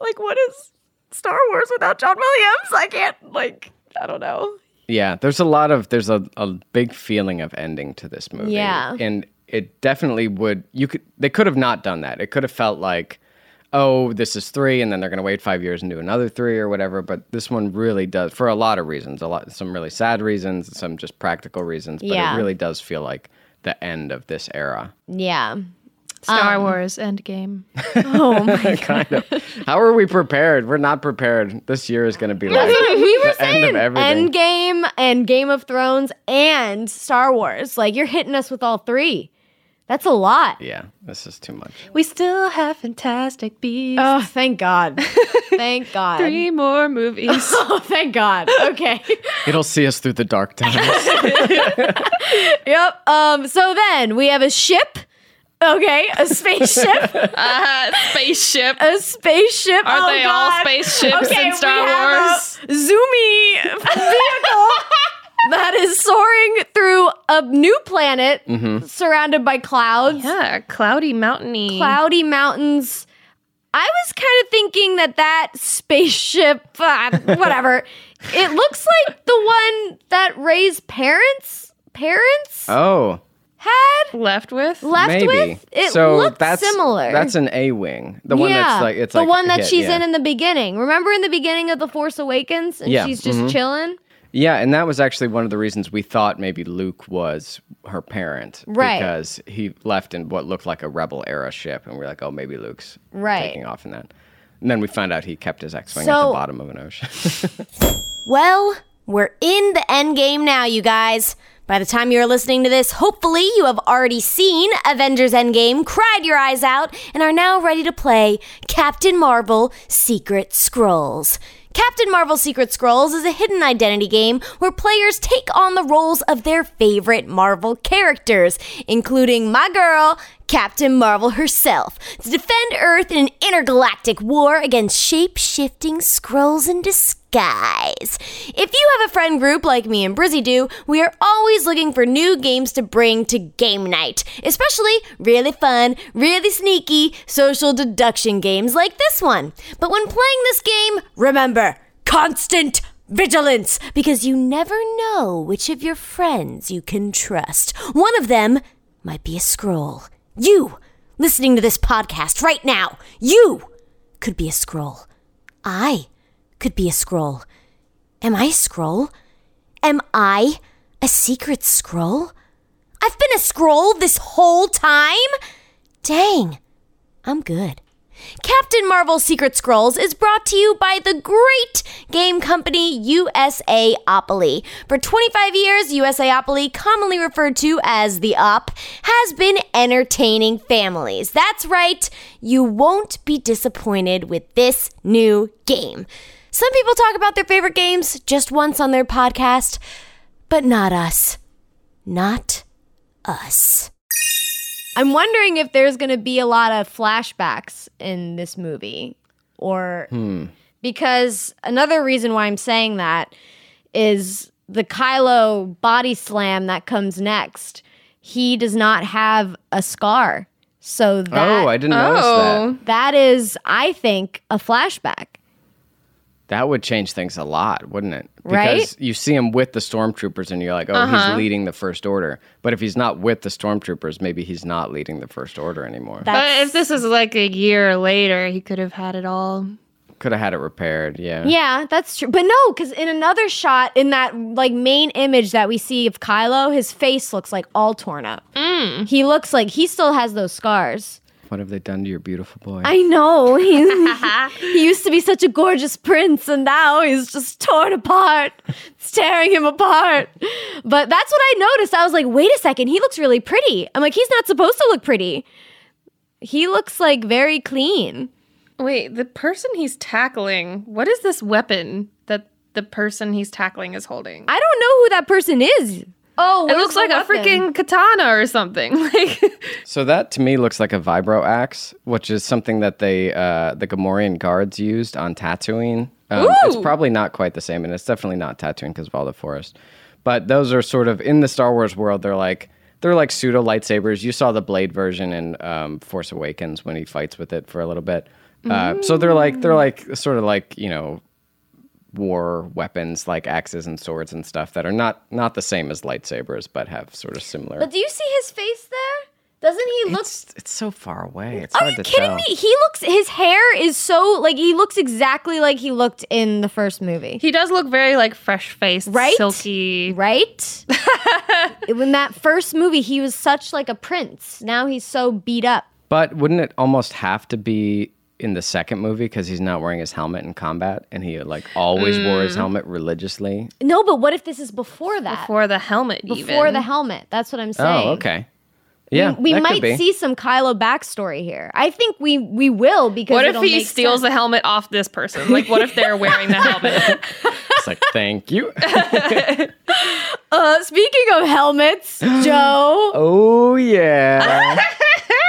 [SPEAKER 3] like what is Star Wars without John Williams? I can't like, I don't know.
[SPEAKER 4] Yeah, there's a lot of there's a, a big feeling of ending to this movie.
[SPEAKER 3] Yeah.
[SPEAKER 4] And it definitely would you could they could have not done that. It could have felt like oh, this is 3 and then they're going to wait 5 years and do another 3 or whatever, but this one really does for a lot of reasons, a lot some really sad reasons, some just practical reasons, but
[SPEAKER 3] Yeah.
[SPEAKER 4] it really does feel like the end of this era.
[SPEAKER 3] Yeah.
[SPEAKER 1] Star Wars Endgame.
[SPEAKER 3] Oh my
[SPEAKER 4] kind of. How are we prepared? We're not prepared. This year is going
[SPEAKER 6] <laughs>
[SPEAKER 4] to be like
[SPEAKER 3] we were
[SPEAKER 4] the end of everything.
[SPEAKER 3] Endgame and Game of Thrones and Star Wars. Like you're hitting us with all three. That's a lot.
[SPEAKER 4] yeah, this is too much.
[SPEAKER 1] <laughs> We still have Fantastic Beasts.
[SPEAKER 3] Oh, thank God.
[SPEAKER 1] <laughs>
[SPEAKER 3] thank God.
[SPEAKER 1] Three more movies.
[SPEAKER 3] <laughs> Oh, thank God. Okay. <laughs>
[SPEAKER 4] It'll see us through the dark times.
[SPEAKER 3] yep. Um, so then we have a ship,
[SPEAKER 6] Okay, a
[SPEAKER 1] <laughs>
[SPEAKER 6] spaceship.
[SPEAKER 1] Uh, <laughs> spaceship.
[SPEAKER 6] a spaceship.
[SPEAKER 1] Aren't
[SPEAKER 6] oh,
[SPEAKER 1] they all
[SPEAKER 6] God.
[SPEAKER 1] spaceships
[SPEAKER 6] okay,
[SPEAKER 1] in Star
[SPEAKER 6] we have
[SPEAKER 1] Wars?
[SPEAKER 6] A zoomy
[SPEAKER 1] <laughs>
[SPEAKER 6] vehicle that is soaring through a new planet
[SPEAKER 4] Mm-hmm.
[SPEAKER 6] surrounded by clouds,
[SPEAKER 1] yeah, cloudy, mountainy.
[SPEAKER 6] cloudy mountains. I was kind of thinking that that spaceship, <laughs> ah, whatever, it looks like the one that Ray's parents parents
[SPEAKER 4] <laughs> Oh,
[SPEAKER 6] had
[SPEAKER 1] Left with.
[SPEAKER 6] left
[SPEAKER 4] maybe.
[SPEAKER 6] with. It
[SPEAKER 4] so
[SPEAKER 6] looked
[SPEAKER 4] that's
[SPEAKER 6] similar.
[SPEAKER 4] That's an A wing. The one that's like it's
[SPEAKER 6] the
[SPEAKER 4] like
[SPEAKER 6] one that
[SPEAKER 4] hit,
[SPEAKER 6] she's
[SPEAKER 4] yeah.
[SPEAKER 6] in in the beginning. Remember in the beginning of the Force Awakens, and
[SPEAKER 4] Yeah, Mm-hmm.
[SPEAKER 6] she's just chilling.
[SPEAKER 4] Yeah, and that was actually one of the reasons we thought maybe Luke was her parent,
[SPEAKER 6] Right.
[SPEAKER 4] Because he left in what looked like a Rebel era ship, and we are like, oh, maybe Luke's
[SPEAKER 6] Right.
[SPEAKER 4] taking off in that. And then we found out he kept his X-wing at
[SPEAKER 6] So-
[SPEAKER 4] the bottom of an ocean. <laughs>
[SPEAKER 3] Well, we're in the end game now, you guys. By the time you're listening to this, hopefully you have already seen Avengers Endgame, cried your eyes out, and are now ready to play Captain Marvel Secret Scrolls. Captain Marvel Secret Scrolls is a hidden identity game where players take on the roles of their favorite Marvel characters, including my girl, Captain Marvel herself to defend Earth in an intergalactic war against shape shifting scrolls in disguise. If you have a friend group like me and Brizzy do, we are always looking for new games to bring to game night, especially really fun, really sneaky social deduction games like this one. But when playing this game, remember constant vigilance because you never know which of your friends you can trust. One of them might be a scroll. You, listening to this podcast right now, you could be a scroll. I could be a scroll. Am I a scroll? Am I a secret scroll? I've been a scroll this whole time? Dang, I'm good. Captain Marvel Secret Scrolls is brought to you by the great game company USAopoly. For 25 years, USAopoly, commonly referred to as the Op, has been entertaining families. That's right, you won't be disappointed with this new game. Some people talk about their favorite games just once on their podcast, but not us. Not us.
[SPEAKER 6] I'm wondering if there's going to be a lot of flashbacks in this movie, or
[SPEAKER 4] Hmm.
[SPEAKER 6] because another reason why I'm saying that is the Kylo body slam that comes next. He does not have a scar, so that
[SPEAKER 4] oh, I didn't notice
[SPEAKER 1] Oh,
[SPEAKER 4] that.
[SPEAKER 6] that is, I think, a flashback.
[SPEAKER 4] That would change things a lot, wouldn't it? Because
[SPEAKER 6] Right?
[SPEAKER 4] you see him with the stormtroopers, and you're like, oh, he's leading the first order. But if he's not with the stormtroopers, maybe he's not leading the first order anymore.
[SPEAKER 1] but if this is like a year later, he could have had it all.
[SPEAKER 4] Could have had it repaired. Yeah.
[SPEAKER 6] Yeah, that's true. But no, because in another shot, in that like main image that we see of Kylo, his face looks like all torn up. He looks like he still has those scars.
[SPEAKER 4] What have they done to your beautiful boy?
[SPEAKER 6] I know. <laughs> He, <laughs> he used to be such a gorgeous prince, and now he's just torn apart. It's tearing him apart. But that's what I noticed. I was like, wait a second, he looks really pretty. I'm like, he's not supposed to look pretty. He looks like very clean.
[SPEAKER 1] Wait, the person he's tackling, what is this weapon that the person he's tackling is holding?
[SPEAKER 6] I don't know who that person is. Oh,
[SPEAKER 1] it looks like a freaking katana or something. <laughs> Like
[SPEAKER 4] So that to me looks like a vibro axe, which is something that they uh, the Gamorrean guards used on Tatooine. Um, it's probably not quite the same, and it's definitely not Tatooine because of all the forest. But those are sort of in the Star Wars world. They're like they're like pseudo lightsabers. You saw the blade version in um, Force Awakens when he fights with it for a little bit. Uh, So they're like they're like sort of like you know war weapons like axes and swords and stuff that are not not the same as lightsabers but have sort of similar.
[SPEAKER 6] But do you see his face there? Doesn't he look?
[SPEAKER 4] It's it's so far away. It's hard to
[SPEAKER 6] kidding
[SPEAKER 4] tell.
[SPEAKER 6] me? He looks. His hair is so like he looks exactly like he looked in the first movie.
[SPEAKER 1] he does look very like fresh faced,
[SPEAKER 6] Right?
[SPEAKER 1] silky.
[SPEAKER 6] <laughs> right? when that first movie, he was such like a prince. Now he's so beat up.
[SPEAKER 4] But wouldn't it almost have to be in the second movie because he's not wearing his helmet in combat and he like always wore
[SPEAKER 6] Mm.
[SPEAKER 4] his helmet religiously?
[SPEAKER 6] No, but what if this is before that?
[SPEAKER 1] Before the helmet, even.
[SPEAKER 6] Before the helmet. That's what I'm saying.
[SPEAKER 4] Oh, okay. Yeah,
[SPEAKER 6] We
[SPEAKER 4] that could
[SPEAKER 6] might
[SPEAKER 4] be.
[SPEAKER 6] see some Kylo backstory here. I think we we will because
[SPEAKER 1] What if
[SPEAKER 6] it'll
[SPEAKER 1] he
[SPEAKER 6] make
[SPEAKER 1] steals the
[SPEAKER 6] sense.
[SPEAKER 1] helmet off this person? Like, what if they're wearing the
[SPEAKER 6] <laughs>
[SPEAKER 1] helmet?
[SPEAKER 4] It's like thank you. <gasps>
[SPEAKER 6] Uh, speaking of helmets, Joe, <laughs>
[SPEAKER 4] Oh yeah.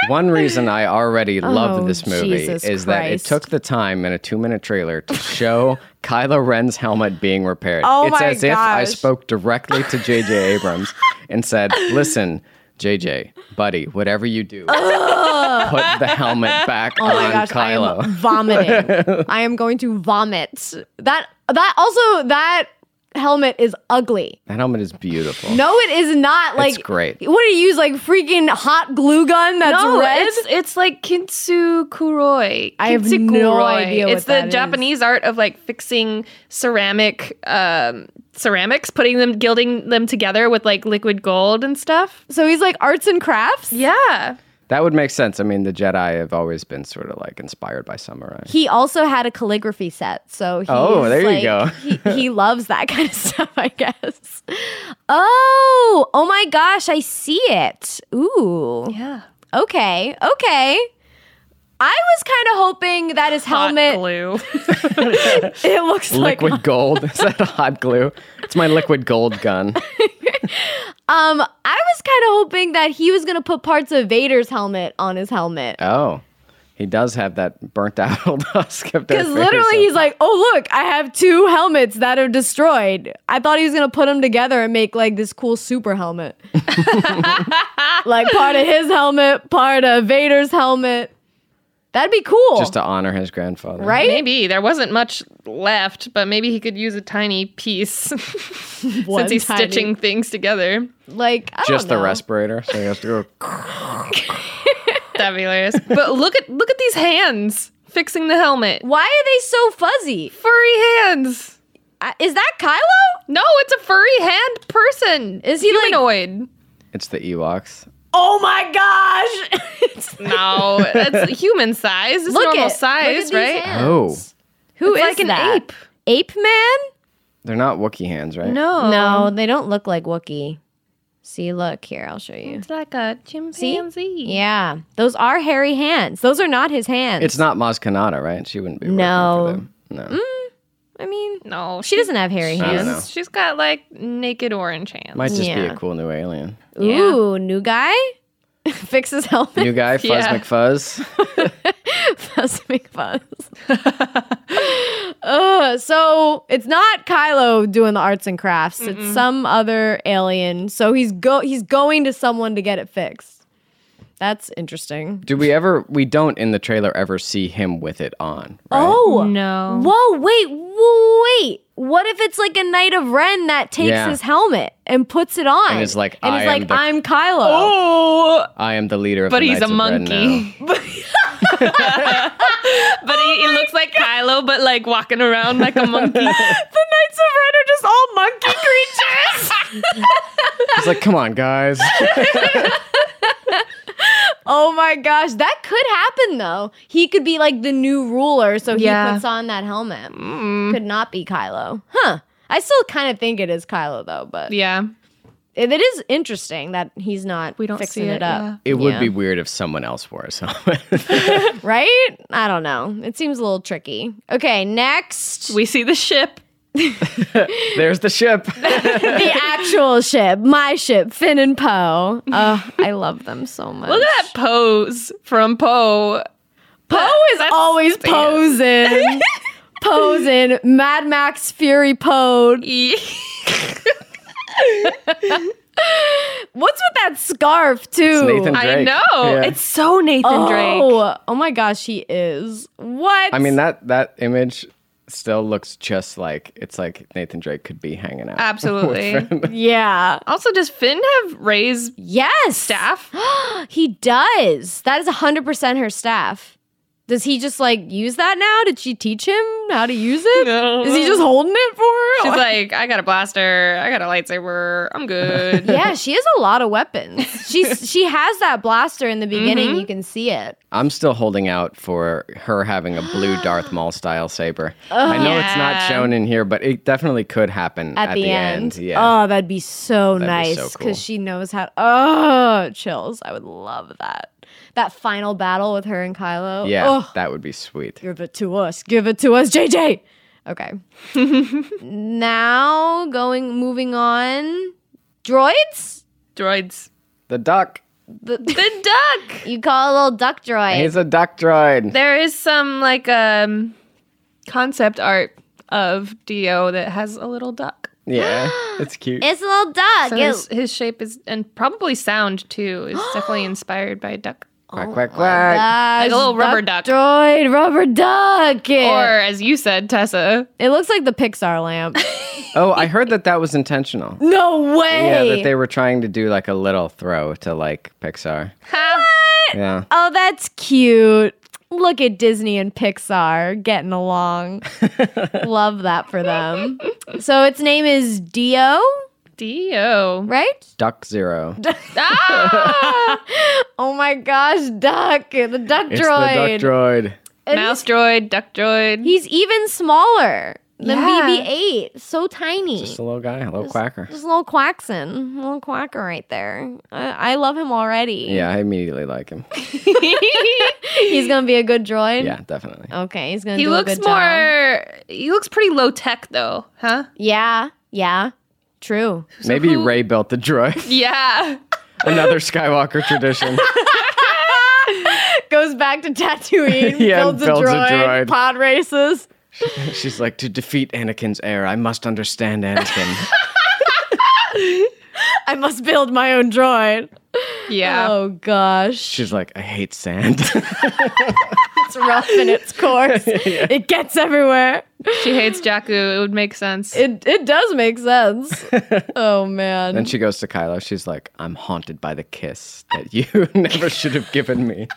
[SPEAKER 4] One reason I already love
[SPEAKER 6] Oh,
[SPEAKER 4] this movie
[SPEAKER 6] Jesus
[SPEAKER 4] is that it
[SPEAKER 6] Christ.
[SPEAKER 4] took the time in a two minute trailer to
[SPEAKER 6] <laughs>
[SPEAKER 4] show Kylo Ren's helmet being repaired.
[SPEAKER 6] Oh
[SPEAKER 4] it's
[SPEAKER 6] my
[SPEAKER 4] as if I
[SPEAKER 6] gosh.
[SPEAKER 4] spoke directly to JJ Abrams and said, Listen, JJ, buddy, whatever you do, put the helmet back
[SPEAKER 6] Oh
[SPEAKER 4] on
[SPEAKER 6] my gosh,
[SPEAKER 4] Kylo. <laughs>
[SPEAKER 6] I am vomiting. I am going to vomit. That that also that helmet is ugly.
[SPEAKER 4] That helmet is beautiful.
[SPEAKER 6] No, it is not. Like
[SPEAKER 4] great.
[SPEAKER 6] What do you use? Like freaking hot glue gun that's
[SPEAKER 1] no,
[SPEAKER 6] red.
[SPEAKER 1] it's it's like kintsu kuroi.
[SPEAKER 6] I have
[SPEAKER 1] Kintsu
[SPEAKER 6] no
[SPEAKER 1] kuroi.
[SPEAKER 6] idea what
[SPEAKER 1] It's the
[SPEAKER 6] that is.
[SPEAKER 1] Japanese art of like fixing ceramic um, ceramics, putting them, gilding them together with like liquid gold and stuff.
[SPEAKER 6] so he's like arts and crafts.
[SPEAKER 1] Yeah,
[SPEAKER 4] That would make sense. I mean, the Jedi have always been sort of like inspired by samurai.
[SPEAKER 6] He also had a calligraphy set, so he's
[SPEAKER 4] Oh, there you
[SPEAKER 6] like-
[SPEAKER 4] go.
[SPEAKER 6] he, <laughs> he loves that kind of stuff, I guess. Oh, oh my gosh, I see it. Ooh,
[SPEAKER 1] yeah.
[SPEAKER 6] okay, okay. I was kind of hoping that his helmet.
[SPEAKER 1] Hot
[SPEAKER 6] <laughs>
[SPEAKER 1] glue.
[SPEAKER 6] It looks like
[SPEAKER 1] <laughs>
[SPEAKER 4] liquid gold. Is that hot glue? It's my liquid gold gun.
[SPEAKER 6] Um, I was kind of hoping that he was gonna put parts of Vader's helmet on his helmet.
[SPEAKER 4] Oh, he does have that burnt out <laughs> old husk of Darth
[SPEAKER 6] Because literally, he's like, "Oh look, I have two helmets that are destroyed." I thought he was gonna put them together and make like this cool super
[SPEAKER 4] <laughs>
[SPEAKER 6] helmet, like part of his helmet, part of Vader's helmet. That'd be cool,
[SPEAKER 4] just to honor his grandfather.
[SPEAKER 6] right?
[SPEAKER 1] Maybe there wasn't much left, but maybe he could use a tiny piece <laughs>
[SPEAKER 6] One
[SPEAKER 1] since he's
[SPEAKER 6] tiny-
[SPEAKER 1] stitching things together.
[SPEAKER 6] like I
[SPEAKER 4] Just
[SPEAKER 6] don't
[SPEAKER 4] the
[SPEAKER 6] know.
[SPEAKER 4] respirator. So he has
[SPEAKER 1] <laughs>
[SPEAKER 4] to go.
[SPEAKER 1] That'd be hilarious. <laughs> But look at look at these hands fixing the helmet.
[SPEAKER 6] Why are they so fuzzy?
[SPEAKER 1] Furry hands.
[SPEAKER 6] I- Is that Kylo?
[SPEAKER 1] No, it's a furry hand person.
[SPEAKER 6] Is he like-
[SPEAKER 1] humanoid?
[SPEAKER 4] It's the Ewoks.
[SPEAKER 6] Oh my gosh! It's-
[SPEAKER 1] No, <laughs> it's human size. It's
[SPEAKER 6] <laughs> look
[SPEAKER 1] normal
[SPEAKER 6] at
[SPEAKER 1] size,
[SPEAKER 6] look at these
[SPEAKER 1] right?
[SPEAKER 6] hands.
[SPEAKER 4] Oh,
[SPEAKER 6] Who
[SPEAKER 1] It's
[SPEAKER 6] is
[SPEAKER 1] like an
[SPEAKER 6] that?
[SPEAKER 1] ape.
[SPEAKER 6] Ape man?
[SPEAKER 4] they're not Wookiee hands, right?
[SPEAKER 1] No,
[SPEAKER 6] No, they don't look like Wookiee. See, look here, I'll show you.
[SPEAKER 1] It's like a chimpanzee.
[SPEAKER 6] Yeah, those are hairy hands. Those are not his hands.
[SPEAKER 4] It's not Maz Kanata, right? She wouldn't be. working
[SPEAKER 6] No.
[SPEAKER 4] for them.
[SPEAKER 1] Mm,
[SPEAKER 4] No.
[SPEAKER 6] I mean,
[SPEAKER 1] No,
[SPEAKER 6] she doesn't have hairy
[SPEAKER 4] I don't
[SPEAKER 6] hands.
[SPEAKER 4] know.
[SPEAKER 1] She's, she's got like naked orange hands.
[SPEAKER 4] Might just be
[SPEAKER 6] Yeah.
[SPEAKER 4] a cool new
[SPEAKER 1] <laughs>
[SPEAKER 4] alien.
[SPEAKER 1] Yeah.
[SPEAKER 6] Ooh, new guy <laughs> fix his helmet. <laughs>
[SPEAKER 4] New guy, Fuzz
[SPEAKER 1] Yeah.
[SPEAKER 4] McFuzz.
[SPEAKER 6] That's make <laughs> fuzz. Ugh, Uh, so it's not Kylo doing the arts and crafts. It's some other alien. So he's go he's going to someone to get it fixed. That's interesting.
[SPEAKER 4] Do we ever? We don't in the trailer ever see him with it on. Right?
[SPEAKER 6] Oh
[SPEAKER 1] No.
[SPEAKER 6] Whoa, wait, whoa, wait. What if it's like a Knight of Ren that takes
[SPEAKER 4] Yeah.
[SPEAKER 6] his helmet and puts it on?
[SPEAKER 4] And is like,
[SPEAKER 6] and
[SPEAKER 4] "I
[SPEAKER 6] is
[SPEAKER 4] am
[SPEAKER 6] like
[SPEAKER 4] the-
[SPEAKER 6] I'm Kylo.
[SPEAKER 1] Oh,
[SPEAKER 4] I am the leader of.
[SPEAKER 1] but
[SPEAKER 4] the
[SPEAKER 1] he's
[SPEAKER 4] Knights
[SPEAKER 1] a
[SPEAKER 4] of Ren now.
[SPEAKER 1] <laughs> monkey. but he, he looks like Kylo, but like walking around like <laughs> a monkey.
[SPEAKER 6] <laughs> The Knights of Ren are just
[SPEAKER 1] <laughs>
[SPEAKER 6] all monkey creatures.
[SPEAKER 4] He's like, come on,
[SPEAKER 1] <laughs>
[SPEAKER 4] guys.
[SPEAKER 6] oh my gosh, that could happen though. He could be like the new ruler, so
[SPEAKER 1] Yeah. Mm-hmm.
[SPEAKER 6] he puts on that helmet. Could not be Kylo, huh? I still kind of think it is Kylo though, but
[SPEAKER 1] <laughs> yeah,
[SPEAKER 6] it, it is interesting that he's not
[SPEAKER 1] We don't
[SPEAKER 6] fixing
[SPEAKER 1] see
[SPEAKER 6] it,
[SPEAKER 1] it,
[SPEAKER 6] up,
[SPEAKER 4] It would
[SPEAKER 6] Yeah.
[SPEAKER 4] be weird if someone else wore his helmet. <laughs>
[SPEAKER 6] right? I don't know. It seems a little tricky. Okay, next
[SPEAKER 1] we see the ship.
[SPEAKER 4] There's the
[SPEAKER 6] <laughs>
[SPEAKER 1] <laughs>
[SPEAKER 4] ship.
[SPEAKER 6] the actual ship, my ship, Finn and Poe. Oh, I love them so much.
[SPEAKER 1] Look at that pose from Poe.
[SPEAKER 6] Poe is
[SPEAKER 1] That's
[SPEAKER 6] always
[SPEAKER 1] <laughs>
[SPEAKER 6] posing. posing. Mad Max Fury Pode.
[SPEAKER 1] E-
[SPEAKER 6] What's with that scarf, too?
[SPEAKER 4] Nathan Drake.
[SPEAKER 1] I know.
[SPEAKER 4] Yeah.
[SPEAKER 1] It's so Nathan Drake.
[SPEAKER 6] oh, oh my gosh, he is. What?
[SPEAKER 4] I mean that that image still looks just like it's like Nathan Drake could be hanging out.
[SPEAKER 1] Absolutely.
[SPEAKER 6] yeah.
[SPEAKER 1] Also, does Finn have Ray's
[SPEAKER 6] Yes.
[SPEAKER 1] staff?
[SPEAKER 6] He does. That is 100% her staff. Does he just like use that now? Did she teach him how to use it? Is
[SPEAKER 1] No.
[SPEAKER 6] he just holding it for her?
[SPEAKER 1] She's like,
[SPEAKER 6] Like-
[SPEAKER 1] I got a blaster, I got a lightsaber, I'm good.
[SPEAKER 6] <laughs> yeah, she has a lot of weapons. She's she has that blaster in the beginning. You can see it.
[SPEAKER 4] I'm still holding out for her having a
[SPEAKER 6] <gasps>
[SPEAKER 4] blue Darth Maul style saber. I know it's not
[SPEAKER 1] Yeah.
[SPEAKER 4] shown in here, but it definitely could happen
[SPEAKER 6] at, the, end.
[SPEAKER 4] Yeah.
[SPEAKER 6] Oh, that'd be so
[SPEAKER 4] That'd
[SPEAKER 6] nice
[SPEAKER 4] be so
[SPEAKER 6] because
[SPEAKER 4] cool.
[SPEAKER 6] she knows how. Oh, chills! I would love that. That final battle with her and Kylo.
[SPEAKER 4] yeah,
[SPEAKER 6] Oh,
[SPEAKER 4] that would be sweet.
[SPEAKER 6] give it to us. Give it to us, JJ. Okay. now going, moving on. Droids.
[SPEAKER 1] Droids.
[SPEAKER 4] The duck.
[SPEAKER 6] the,
[SPEAKER 1] The duck.
[SPEAKER 6] you call a little duck droid.
[SPEAKER 4] He's a duck droid.
[SPEAKER 1] There is some like um concept art of Dio that has a little duck.
[SPEAKER 6] <gasps>
[SPEAKER 4] Yeah, it's cute.
[SPEAKER 6] it's a little duck.
[SPEAKER 1] So
[SPEAKER 6] It-
[SPEAKER 1] his, his shape is, and probably sound too, is definitely inspired by duck.
[SPEAKER 6] Oh,
[SPEAKER 4] quack quack quack.
[SPEAKER 1] Like a little rubber duck.
[SPEAKER 6] Droid, rubber duck. It,
[SPEAKER 1] Or as you said, Tessa,
[SPEAKER 6] it looks like the Pixar lamp.
[SPEAKER 4] Oh, I heard that that was intentional.
[SPEAKER 6] <laughs> no way.
[SPEAKER 4] Yeah, that they were trying to do like a little throw to like
[SPEAKER 6] <laughs>
[SPEAKER 4] Pixar. Yeah.
[SPEAKER 6] oh, that's cute. Look at Disney and Pixar getting
[SPEAKER 4] <laughs>
[SPEAKER 6] along. Love that for them. So its name is Dio,
[SPEAKER 1] Dio.
[SPEAKER 6] right?
[SPEAKER 4] Duck Zero.
[SPEAKER 1] <laughs> Ah!
[SPEAKER 6] Oh my gosh, Duck, the Duck
[SPEAKER 4] It's
[SPEAKER 6] Droid.
[SPEAKER 4] the duck droid.
[SPEAKER 6] And
[SPEAKER 1] Mouse droid, duck droid.
[SPEAKER 6] He's even smaller than
[SPEAKER 1] Yeah.
[SPEAKER 6] BB-8. So tiny.
[SPEAKER 4] Just a little guy, a little quacker.
[SPEAKER 6] Just a little quackson, a little quacker right there. I, I love him already.
[SPEAKER 4] Yeah, I immediately like him.
[SPEAKER 6] he's gonna be a good droid.
[SPEAKER 4] Yeah, definitely.
[SPEAKER 6] Okay, he's gonna.
[SPEAKER 1] He
[SPEAKER 6] do a
[SPEAKER 1] looks
[SPEAKER 6] good job.
[SPEAKER 1] more. He looks pretty low tech though, huh?
[SPEAKER 6] Yeah, yeah, <laughs> true.
[SPEAKER 4] Maybe Ray built the
[SPEAKER 6] <laughs>
[SPEAKER 4] droid.
[SPEAKER 1] Yeah.
[SPEAKER 4] Another Skywalker tradition.
[SPEAKER 6] Goes back to Tatooine,
[SPEAKER 4] Yeah,
[SPEAKER 6] builds,
[SPEAKER 4] builds
[SPEAKER 6] a,
[SPEAKER 4] a
[SPEAKER 6] droid,
[SPEAKER 4] droid.
[SPEAKER 6] pod races.
[SPEAKER 4] She's like, to defeat Anakin's heir, I must understand
[SPEAKER 6] <laughs>
[SPEAKER 4] Anakin.
[SPEAKER 6] I must build my own droid.
[SPEAKER 1] Yeah.
[SPEAKER 6] Oh gosh,
[SPEAKER 4] She's like, I hate sand. <laughs>
[SPEAKER 6] it's rough in its course. It gets everywhere.
[SPEAKER 1] She hates Jakku. It would make sense.
[SPEAKER 6] It it does make sense. oh man.
[SPEAKER 4] then she goes to Kylo. She's like, I'm haunted by the kiss that you <laughs> never should have given me.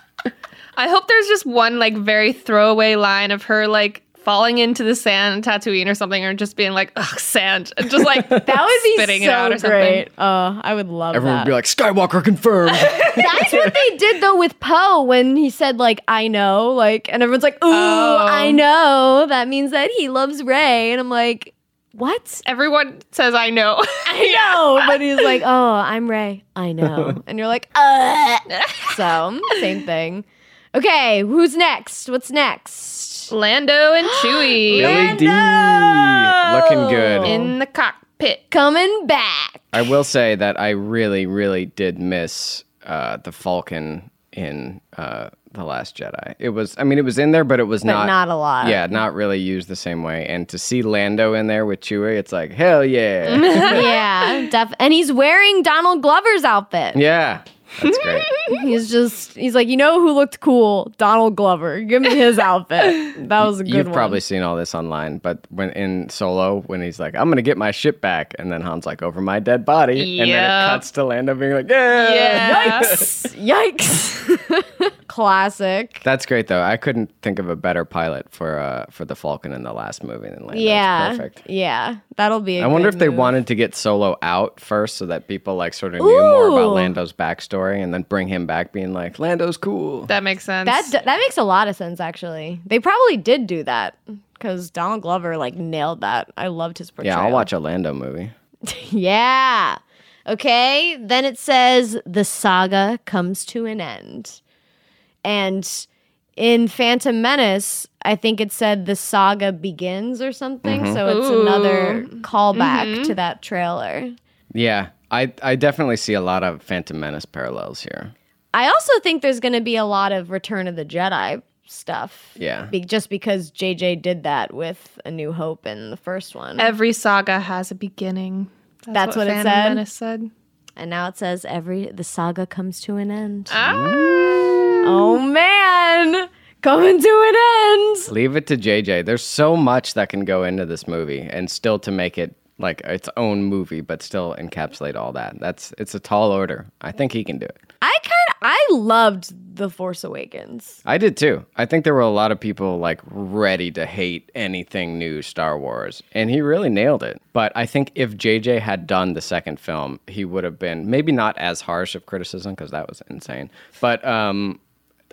[SPEAKER 1] I hope there's just one like very throwaway line of her like falling into the sand in Tatooine or something, or just being like, "Ugh, sand," and just <laughs> like
[SPEAKER 6] that would be
[SPEAKER 1] spitting
[SPEAKER 6] so
[SPEAKER 1] it out or something.
[SPEAKER 6] great. Oh, I would love
[SPEAKER 4] Everyone
[SPEAKER 6] that.
[SPEAKER 4] would be like, Skywalker
[SPEAKER 6] <laughs>
[SPEAKER 4] confirmed.
[SPEAKER 6] That's what they did though with Poe when he said like I know, like and everyone's like, Ooh,
[SPEAKER 1] Oh.
[SPEAKER 6] I know. That means that he loves Ray. And I'm like, What?
[SPEAKER 1] Everyone says, "I know." <laughs>
[SPEAKER 4] <laughs>
[SPEAKER 6] I know. But he's like, Oh, I'm Ray. I
[SPEAKER 4] <laughs>
[SPEAKER 6] know. And you're like, uh So same thing. Okay, who's next? What's next?
[SPEAKER 1] Lando and <gasps> Chewie
[SPEAKER 4] Billy D. Looking good.
[SPEAKER 1] in the cockpit.
[SPEAKER 6] Coming back.
[SPEAKER 4] I will say that I really, really did miss uh, the Falcon in uh, The Last Jedi. It was, I mean, it was in there, but it was
[SPEAKER 6] But not, a lot.
[SPEAKER 4] Yeah, not really used the same way. And to see Lando in there with Chewie, it's like, hell
[SPEAKER 6] <laughs>
[SPEAKER 4] yeah.
[SPEAKER 6] <laughs> yeah. Def- and he's wearing Donald Glover's outfit.
[SPEAKER 4] yeah. That's
[SPEAKER 6] <laughs>
[SPEAKER 4] great.
[SPEAKER 6] He's just he's like, you know who looked cool? Donald Glover. Give me his outfit. That was a good
[SPEAKER 4] You've
[SPEAKER 6] one.
[SPEAKER 4] probably seen all this online, but when in Solo, when he's like, "I'm gonna get my ship back," and then Han's like, "Over my dead body," and then it
[SPEAKER 1] Yep.
[SPEAKER 4] cuts to Lando being like, "Yeah."
[SPEAKER 1] Yeah.
[SPEAKER 6] Yikes. <laughs> Classic.
[SPEAKER 4] That's great though. I couldn't think of a better pilot for uh, for the Falcon in the last movie than Lando.
[SPEAKER 6] yeah.
[SPEAKER 4] it's perfect.
[SPEAKER 6] Yeah. That'll be I
[SPEAKER 4] I wonder if they wanted to get Solo out first, so that people like sort of knew more
[SPEAKER 6] Ooh.
[SPEAKER 4] about Lando's backstory, and then bring him back, being like, "Lando's cool."
[SPEAKER 1] That makes sense.
[SPEAKER 6] that d- that makes a lot of sense actually. They probably did do that cuz Donald Glover like nailed that. I loved his portrayal.
[SPEAKER 4] yeah, I'll watch a Lando movie.
[SPEAKER 6] yeah. Okay. Then it says the saga comes to an end. And in Phantom Menace, I think it said the saga begins or something.
[SPEAKER 4] Mm-hmm.
[SPEAKER 6] So it's
[SPEAKER 1] Ooh.
[SPEAKER 6] another callback to that trailer.
[SPEAKER 4] Yeah, I I definitely see a lot of Phantom Menace parallels here.
[SPEAKER 6] I also think there's going to be a lot of Return of the Jedi stuff.
[SPEAKER 4] Yeah.
[SPEAKER 6] Be- just because JJ did that with A New Hope in the first one.
[SPEAKER 1] Every saga has a beginning.
[SPEAKER 6] That's what it
[SPEAKER 1] Phantom
[SPEAKER 6] said?
[SPEAKER 1] Menace said.
[SPEAKER 6] and now it says every the saga comes to an end.
[SPEAKER 1] Ah.
[SPEAKER 6] Oh man, coming to an end.
[SPEAKER 4] Leave it to JJ. There's so much that can go into this movie and still to make it like its own movie but still encapsulate all that. That's it's a tall order. I think he can do it.
[SPEAKER 6] I kind of I loved The Force Awakens.
[SPEAKER 4] I did too. I think there were a lot of people like ready to hate anything new Star Wars and he really nailed it. But I think if JJ had done the second film, he would have been maybe not as harsh of criticism because that was insane. But um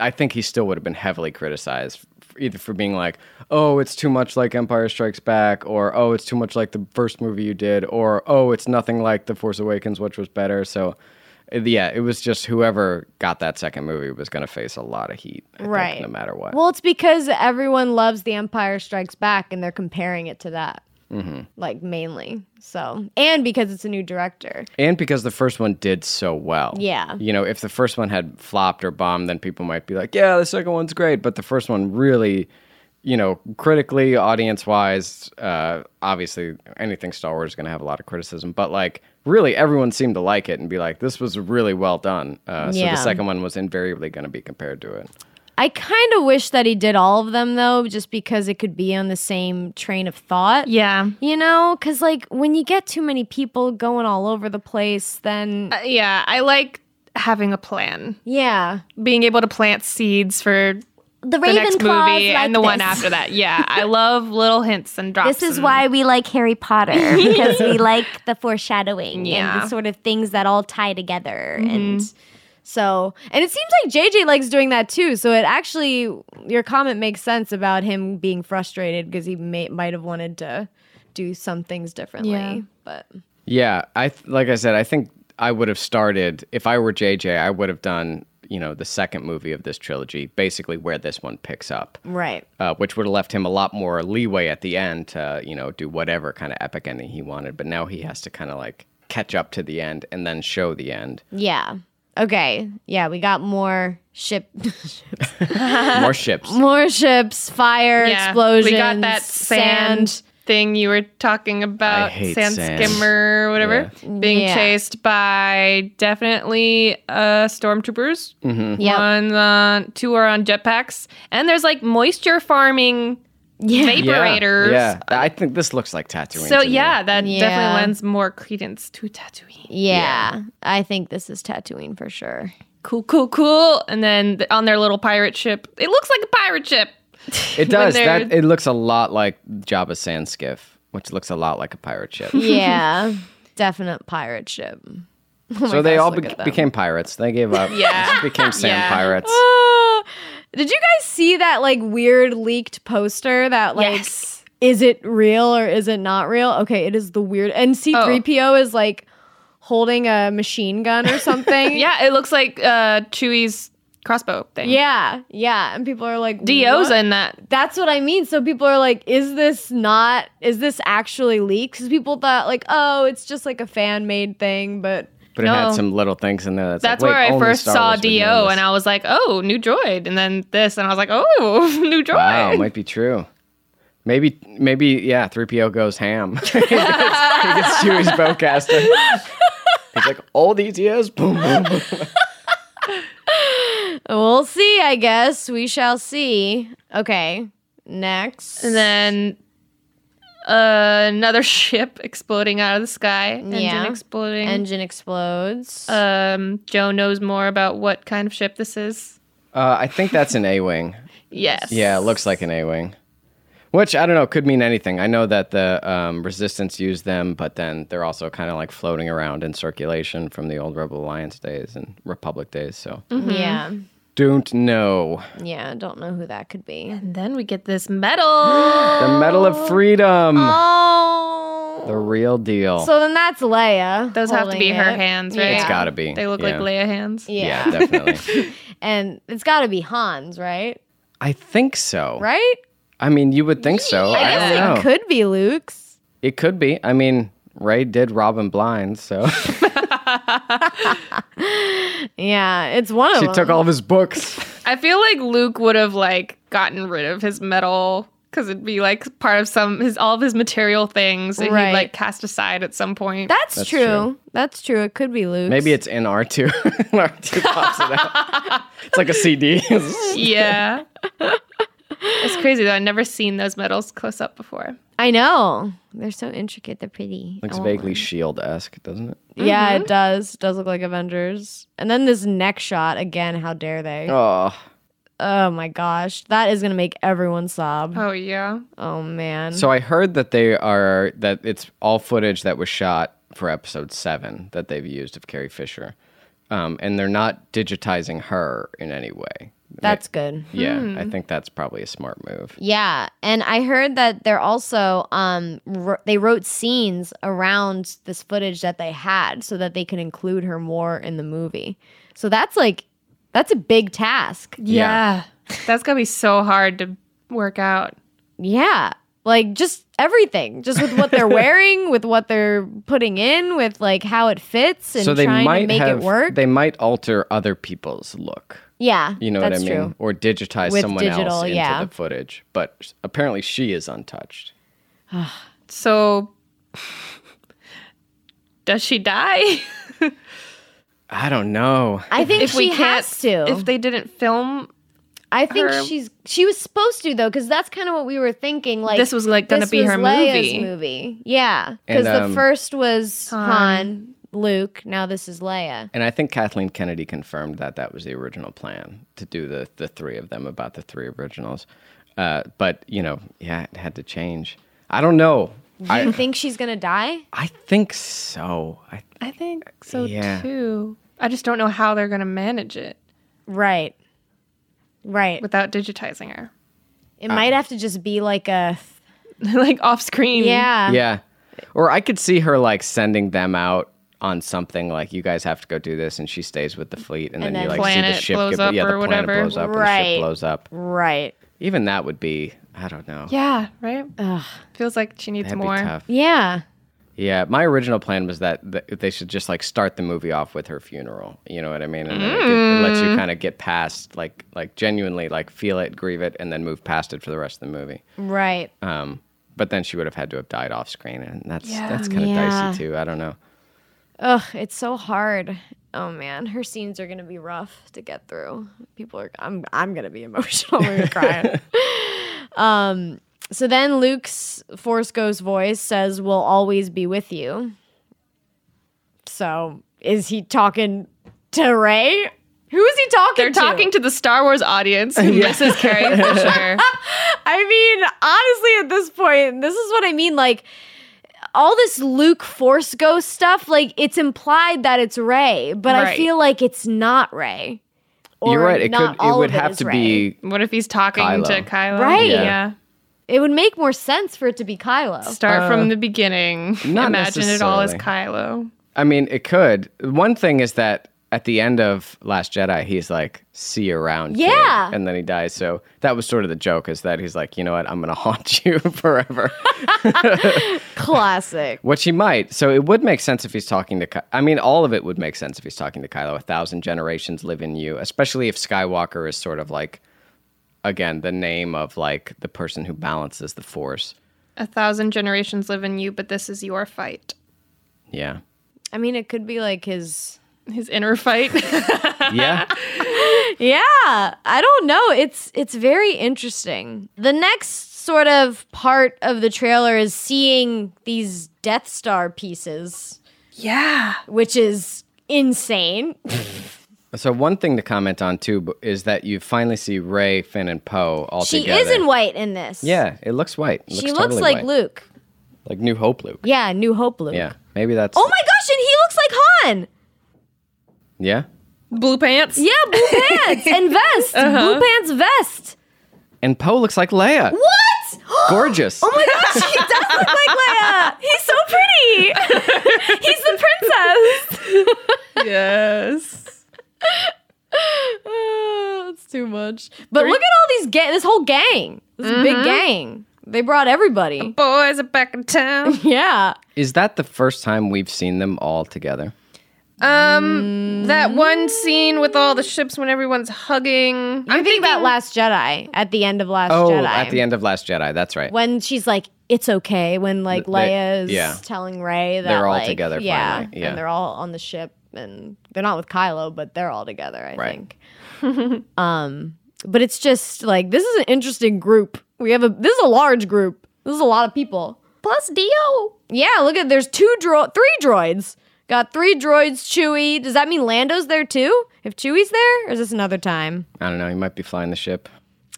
[SPEAKER 4] I think he still would have been heavily criticized, f- either for being like, "Oh, it's too much like Empire Strikes Back," or "Oh, it's too much like the first movie you did," or "Oh, it's nothing like The Force Awakens, which was better." So, uh, yeah, it was just whoever got that second movie was going to face a lot of heat, I think,
[SPEAKER 6] Right.
[SPEAKER 4] no matter what.
[SPEAKER 6] Well, it's because everyone loves The Empire Strikes Back and they're comparing it to that. like mainly. So, and because it's a new director.
[SPEAKER 4] And because the first one did so well.
[SPEAKER 6] Yeah.
[SPEAKER 4] You know, if the first one had flopped or bombed, then people might be like, yeah, the second one's great. But the first one really, you know, critically, audience wise, uh, obviously anything Star Wars is going to have a lot of criticism. But like, really, everyone seemed to like it and be like, this was really well done. Uh, so
[SPEAKER 6] Yeah.
[SPEAKER 4] the second one was invariably going to be compared to it.
[SPEAKER 6] I kind of wish that he did all of them though, just because it could be on the same train of thought.
[SPEAKER 1] Yeah.
[SPEAKER 6] You know, because like when you get too many people going all over the place, then
[SPEAKER 1] Uh, Yeah, I like having a plan,
[SPEAKER 6] yeah,
[SPEAKER 1] being able to plant seeds for the
[SPEAKER 6] the Ravenclaws
[SPEAKER 1] next movie
[SPEAKER 6] like
[SPEAKER 1] and the one
[SPEAKER 6] this.
[SPEAKER 1] after that.
[SPEAKER 6] <laughs>
[SPEAKER 1] Yeah, I love little hints and drops.
[SPEAKER 6] This is
[SPEAKER 1] and-
[SPEAKER 6] why we like Harry <laughs> Potter because we like the foreshadowing and
[SPEAKER 1] Yeah.
[SPEAKER 6] the sort of things that all tie together and so and it seems like JJ likes doing that too. So it actually your comment makes sense about him being frustrated because he may, might have wanted to do some things differently.
[SPEAKER 1] Yeah.
[SPEAKER 6] But
[SPEAKER 4] Yeah, I th- like I said, I think I would have started if I were JJ. I would have done you know the second movie of this trilogy, basically where this one picks up,
[SPEAKER 6] right.
[SPEAKER 4] uh, which would have left him a lot more leeway at the end to you know do whatever kind of epic ending he wanted. But now he has to kind of like catch up to the end and then show the end.
[SPEAKER 6] Yeah. Okay. Yeah, we got more ship <laughs>
[SPEAKER 1] Uh-huh.
[SPEAKER 4] More ships.
[SPEAKER 6] more ships, fire,
[SPEAKER 1] Yeah,
[SPEAKER 6] explosions,
[SPEAKER 1] We got that sand, thing you were talking about,
[SPEAKER 4] hate
[SPEAKER 1] sand,
[SPEAKER 4] sand.
[SPEAKER 1] skimmer, or whatever, being
[SPEAKER 6] Yeah.
[SPEAKER 1] chased by definitely uh, stormtroopers. Mm-hmm.
[SPEAKER 6] Yep.
[SPEAKER 1] One, on, uh, two are on jetpacks, and there's like moisture farming
[SPEAKER 4] Yeah,
[SPEAKER 1] vaporators.
[SPEAKER 4] yeah. I think this looks like Tatooine.
[SPEAKER 1] So
[SPEAKER 4] to me.
[SPEAKER 1] yeah, that
[SPEAKER 6] Yeah.
[SPEAKER 1] definitely lends more credence to Tatooine.
[SPEAKER 6] Yeah, I think this is Tatooine for sure. <laughs>
[SPEAKER 1] Cool, cool, cool. And then th- on their little pirate ship, it looks like a pirate
[SPEAKER 4] <laughs>
[SPEAKER 1] ship.
[SPEAKER 4] it does.
[SPEAKER 1] they're-
[SPEAKER 4] That it looks a lot like Jabba's sand skiff, which looks a lot like a pirate
[SPEAKER 1] <laughs>
[SPEAKER 4] ship.
[SPEAKER 1] Oh
[SPEAKER 6] Yeah, definite pirate ship.
[SPEAKER 4] so they
[SPEAKER 6] gosh,
[SPEAKER 4] all
[SPEAKER 6] look
[SPEAKER 4] bec
[SPEAKER 6] at them.
[SPEAKER 4] became pirates. They gave up.
[SPEAKER 1] <laughs> Yeah.
[SPEAKER 4] Just became sand
[SPEAKER 1] Yeah. <gasps>
[SPEAKER 4] pirates.
[SPEAKER 6] Did you guys see that like weird leaked poster that like
[SPEAKER 1] yes.
[SPEAKER 6] is it real or is it not real? Okay, it is the weird and C3PO
[SPEAKER 1] Oh.
[SPEAKER 6] is like holding a machine gun or something.
[SPEAKER 1] <laughs> Yeah, it looks like uh, Chewie's crossbow thing.
[SPEAKER 6] Yeah, yeah, and people are like
[SPEAKER 1] Dio's
[SPEAKER 6] "What?"
[SPEAKER 1] in that.
[SPEAKER 6] That's what I mean. So people are like, is this not, is this actually leaked? Because people thought, like, oh, it's just like a fan made thing, but
[SPEAKER 4] But it had
[SPEAKER 1] No.
[SPEAKER 4] some little things in there. That's,
[SPEAKER 1] That's
[SPEAKER 4] like, wait,
[SPEAKER 1] where I
[SPEAKER 4] only
[SPEAKER 1] first
[SPEAKER 4] Star
[SPEAKER 1] saw
[SPEAKER 4] Wars would know
[SPEAKER 1] Dio,
[SPEAKER 4] this.
[SPEAKER 1] and I was like, "Oh, new droid," and then this, and I was like, "Oh, <laughs> new droid."
[SPEAKER 4] wow, might be true. Maybe, maybe, yeah. Three PO goes ham. <laughs> he gets he gets Chewie's bowcaster. He's like, all these years, boom, boom, boom.
[SPEAKER 6] We'll see, I guess. We shall see. Okay. Next.
[SPEAKER 1] And then uh, another <laughs> ship exploding out of the sky. Engine
[SPEAKER 6] Yeah.
[SPEAKER 1] exploding.
[SPEAKER 6] engine explodes.
[SPEAKER 1] um, Joe knows more about what kind of ship this is.
[SPEAKER 4] Uh, I think that's an A wing.
[SPEAKER 1] Yes.
[SPEAKER 4] Yeah, it looks like an A wing. Which I don't know could mean anything. I know that the um, resistance used them, but then they're also kind of like floating around in circulation from the old Rebel Alliance days and Republic days. So
[SPEAKER 6] Mm-hmm. Yeah.
[SPEAKER 4] don't know.
[SPEAKER 6] Yeah. I Don't know who that could be.
[SPEAKER 1] And then we get this medal.
[SPEAKER 4] The Medal of Freedom.
[SPEAKER 6] Oh.
[SPEAKER 4] The real deal.
[SPEAKER 6] So then that's Leia.
[SPEAKER 1] <gasps> Those have to
[SPEAKER 6] holding
[SPEAKER 1] be her
[SPEAKER 6] it.
[SPEAKER 1] hands, right?
[SPEAKER 4] It's gotta be,
[SPEAKER 1] They look like
[SPEAKER 4] yeah.
[SPEAKER 1] Leia hands.
[SPEAKER 4] yeah, definitely.
[SPEAKER 6] And it's got to be Hans, right?
[SPEAKER 4] I think so.
[SPEAKER 6] Right?
[SPEAKER 4] I mean, you would think so. I,
[SPEAKER 6] guess
[SPEAKER 4] don't know.
[SPEAKER 6] it could be Luke's.
[SPEAKER 4] It could be. I mean, Ray did Robin blind, so <laughs>
[SPEAKER 6] Yeah. It's one of
[SPEAKER 4] she
[SPEAKER 6] them.
[SPEAKER 4] took all of his books.
[SPEAKER 1] I feel like Luke would have like gotten rid of his medal because it'd be like part of some his all of his material things that
[SPEAKER 6] Right.
[SPEAKER 1] he'd like cast aside at some point.
[SPEAKER 6] that's,
[SPEAKER 4] That's
[SPEAKER 6] true.
[SPEAKER 4] true.
[SPEAKER 6] That's true. It could be Luke's.
[SPEAKER 4] Maybe it's <laughs> in R2. R2 pops it out. <laughs> It's like a CD.
[SPEAKER 6] <laughs>
[SPEAKER 1] yeah. it's crazy though. I've never seen those medals close up before.
[SPEAKER 6] I know. They're so intricate. They're pretty. Oh Mm-hmm. I
[SPEAKER 4] Looks
[SPEAKER 6] want
[SPEAKER 4] vaguely shield esque, doesn't it?
[SPEAKER 6] Yeah, it does. It does look like Avengers. And then this neck shot again. How dare they? Oh,
[SPEAKER 4] Oh.
[SPEAKER 6] my gosh, that is gonna make everyone sob.
[SPEAKER 1] Oh yeah.
[SPEAKER 6] Oh man.
[SPEAKER 4] So I heard that they are that it's all footage that was shot for episode seven that they've used of Carrie Fisher. Um, and they're not digitizing her in any way.
[SPEAKER 6] That's good.
[SPEAKER 4] Yeah,
[SPEAKER 6] Hmm.
[SPEAKER 4] I think that's probably a smart move.
[SPEAKER 6] Yeah, and I heard that they're also um wr- they wrote scenes around this footage that they had so that they could include her more in the movie. So that's like that's a big task.
[SPEAKER 4] Yeah.
[SPEAKER 1] That's gonna be so hard to work out.
[SPEAKER 6] Yeah. Like just everything, just with
[SPEAKER 4] <laughs>
[SPEAKER 6] what they're wearing, with what they're putting in, with like how it fits, and
[SPEAKER 4] so they
[SPEAKER 6] trying to
[SPEAKER 4] might
[SPEAKER 6] make
[SPEAKER 4] have
[SPEAKER 6] it work.
[SPEAKER 4] they might alter other people's look.
[SPEAKER 6] yeah,
[SPEAKER 4] You know
[SPEAKER 6] that's
[SPEAKER 4] what I mean?
[SPEAKER 6] True.
[SPEAKER 4] Or digitize
[SPEAKER 6] With
[SPEAKER 4] someone
[SPEAKER 6] digital,
[SPEAKER 4] else into
[SPEAKER 6] yeah.
[SPEAKER 4] the footage. But s- apparently she is untouched.
[SPEAKER 1] So, <sighs> does she die?
[SPEAKER 4] I don't know.
[SPEAKER 6] I think she has to.
[SPEAKER 1] If they didn't film,
[SPEAKER 6] I think
[SPEAKER 1] her-
[SPEAKER 6] she's she was supposed to though, because that's kind of what we were thinking. Like
[SPEAKER 1] This was, like, gonna
[SPEAKER 6] this
[SPEAKER 1] be
[SPEAKER 6] was
[SPEAKER 1] her
[SPEAKER 6] Leia's
[SPEAKER 1] movie.
[SPEAKER 6] movie. Yeah,
[SPEAKER 4] And,
[SPEAKER 6] because the
[SPEAKER 4] um,
[SPEAKER 6] first was Han, Luke. Now this is Leia.
[SPEAKER 4] And I think Kathleen Kennedy confirmed that that was the original plan to do the the three of them about the three originals. Uh, but you know, yeah, it had to change. I don't know.
[SPEAKER 6] Do you
[SPEAKER 4] I
[SPEAKER 6] think she's gonna die?
[SPEAKER 4] I think so. I,
[SPEAKER 1] I think so
[SPEAKER 4] Yeah.
[SPEAKER 1] too. I just don't know how they're going to manage it
[SPEAKER 6] Right, right.
[SPEAKER 1] without digitizing her, <laughs>
[SPEAKER 6] It might have to just be like a
[SPEAKER 1] like off screen.
[SPEAKER 6] yeah.
[SPEAKER 4] yeah. Or I could see her like sending them out on something like you guys have to go do this, and she stays with the fleet, and,
[SPEAKER 6] And
[SPEAKER 4] then,
[SPEAKER 6] then
[SPEAKER 4] you like see the
[SPEAKER 1] planet
[SPEAKER 4] ship
[SPEAKER 1] blows
[SPEAKER 4] get,
[SPEAKER 1] up
[SPEAKER 4] yeah, the
[SPEAKER 1] or
[SPEAKER 4] planet
[SPEAKER 1] whatever.
[SPEAKER 4] blows up, and the
[SPEAKER 6] Right.
[SPEAKER 4] ship blows up.
[SPEAKER 6] Right.
[SPEAKER 4] Even that would be I don't know.
[SPEAKER 1] Yeah, right? Feels like she needs
[SPEAKER 4] That'd
[SPEAKER 1] more.
[SPEAKER 4] be tough.
[SPEAKER 6] Yeah.
[SPEAKER 4] Yeah, my original plan was that th- they should just like start the movie off with her funeral. You know what I mean? And then it, it lets
[SPEAKER 1] Mm.
[SPEAKER 4] you kind of get past like like genuinely like feel it, grieve it, and then move past it for the rest of the movie.
[SPEAKER 6] Right.
[SPEAKER 1] Uh,
[SPEAKER 4] Um, but then she would have had to have died off screen, and that's
[SPEAKER 1] Yeah.
[SPEAKER 4] that's kind of
[SPEAKER 6] Yeah.
[SPEAKER 4] dicey too. I don't know.
[SPEAKER 6] Ugh, it's so hard. Oh man, her scenes are gonna be rough to get through. People are. I'm. I'm gonna be <laughs> emotional. I'm gonna cry.
[SPEAKER 1] <laughs>
[SPEAKER 6] um. So then Luke's Force Ghost voice says, "We'll always be with you." So is he talking to Ray? Who is he talking
[SPEAKER 1] They're
[SPEAKER 6] to?
[SPEAKER 1] talking to the Star Wars audience
[SPEAKER 4] <laughs>
[SPEAKER 1] who misses Carrie Fisher.
[SPEAKER 6] I mean, honestly, at this point, this is what I mean. Like, all this Luke Force Ghost stuff, like, it's implied that it's Ray, but I
[SPEAKER 1] Right.
[SPEAKER 6] feel like it's not Ray. Or
[SPEAKER 4] You're right. It
[SPEAKER 6] not
[SPEAKER 4] could it
[SPEAKER 6] all
[SPEAKER 4] would
[SPEAKER 6] of
[SPEAKER 4] have
[SPEAKER 6] is
[SPEAKER 4] to
[SPEAKER 6] Rey.
[SPEAKER 4] be
[SPEAKER 1] What if he's talking
[SPEAKER 4] Kylo.
[SPEAKER 1] to Kylo?
[SPEAKER 6] Right.
[SPEAKER 1] Yeah.
[SPEAKER 4] Yeah.
[SPEAKER 6] It would make more sense for it to be Kylo.
[SPEAKER 1] Start from the beginning.
[SPEAKER 4] Uh, not
[SPEAKER 1] Imagine it all as
[SPEAKER 4] necessarily.
[SPEAKER 1] Kylo.
[SPEAKER 4] I mean, it could. One thing is that at the end of Last Jedi, he's like, "See you around." kid,"
[SPEAKER 6] Yeah.
[SPEAKER 4] and then he dies. So that was sort of the joke is that he's like, "You know what? I'm gonna <laughs> haunt you
[SPEAKER 6] <laughs>
[SPEAKER 4] forever."
[SPEAKER 6] Classic.
[SPEAKER 4] Which he might. So it would make sense if he's talking to. Ky- I mean, all of it would make sense if he's talking to Kylo. A thousand generations live in you, especially if Skywalker is sort of like, again, the name of like the person who balances the Force.
[SPEAKER 1] A thousand generations live in you, but this is your fight.
[SPEAKER 4] Yeah.
[SPEAKER 6] I mean, it could be like his.
[SPEAKER 1] His inner fight. <laughs>
[SPEAKER 6] <laughs>
[SPEAKER 4] Yeah.
[SPEAKER 6] Yeah, I don't know. It's it's very interesting. The next sort of part of the trailer is seeing these Death Star pieces
[SPEAKER 1] yeah.
[SPEAKER 6] which is insane.
[SPEAKER 4] so one thing to comment on too b- is that you finally see Ray, Finn, and Poe all
[SPEAKER 6] She
[SPEAKER 4] together.
[SPEAKER 6] is in white in this.
[SPEAKER 4] Yeah, it looks white. It
[SPEAKER 6] She
[SPEAKER 4] looks
[SPEAKER 6] looks
[SPEAKER 4] totally
[SPEAKER 6] like
[SPEAKER 4] white.
[SPEAKER 6] Luke.
[SPEAKER 4] like New Hope Luke.
[SPEAKER 6] Yeah, New Hope Luke.
[SPEAKER 4] Yeah, maybe that's.
[SPEAKER 6] Oh my gosh, and he looks like Han.
[SPEAKER 4] Yeah,
[SPEAKER 1] Blue pants.
[SPEAKER 6] Yeah,
[SPEAKER 4] <laughs>
[SPEAKER 6] blue pants and vest. Blue pants vest.
[SPEAKER 4] and Poe looks like Leia.
[SPEAKER 6] What? <gasps> Oh
[SPEAKER 4] Gorgeous. Oh
[SPEAKER 6] my gosh, he does look like Leia. He's so pretty. <laughs> He's the princess.
[SPEAKER 1] Yes.
[SPEAKER 6] Oh, <laughs> That's too much. Mm-hmm. But look at all these gang. This whole gang. This big gang. They brought everybody.
[SPEAKER 1] Boys are back in town.
[SPEAKER 6] Yeah.
[SPEAKER 4] Is that the first time we've seen them all together?
[SPEAKER 1] Um, that one scene with all the ships when everyone's hugging.
[SPEAKER 6] I'm thinking about Last Jedi at the end of Last
[SPEAKER 4] Oh,
[SPEAKER 6] Jedi.
[SPEAKER 4] at the end of Last Jedi. That's right.
[SPEAKER 6] when she's like, "It's okay," when like
[SPEAKER 4] They-
[SPEAKER 6] Leia's
[SPEAKER 4] yeah.
[SPEAKER 6] telling Ray that
[SPEAKER 4] They're all
[SPEAKER 6] like,
[SPEAKER 4] together
[SPEAKER 6] yeah,
[SPEAKER 4] finally, yeah.
[SPEAKER 6] and they're all on the ship, and they're not with Kylo, but they're all together. I
[SPEAKER 4] Right.
[SPEAKER 6] think. <laughs> um, but it's just like this is an interesting group. We have a this is a large group. This is a lot of people. Plus Dio. Yeah, look at there's two dro three droids. Got three droids. Chewie. Does that mean Lando's there too? If Chewie's there, or is this another time?
[SPEAKER 4] I don't know. He might be flying the ship.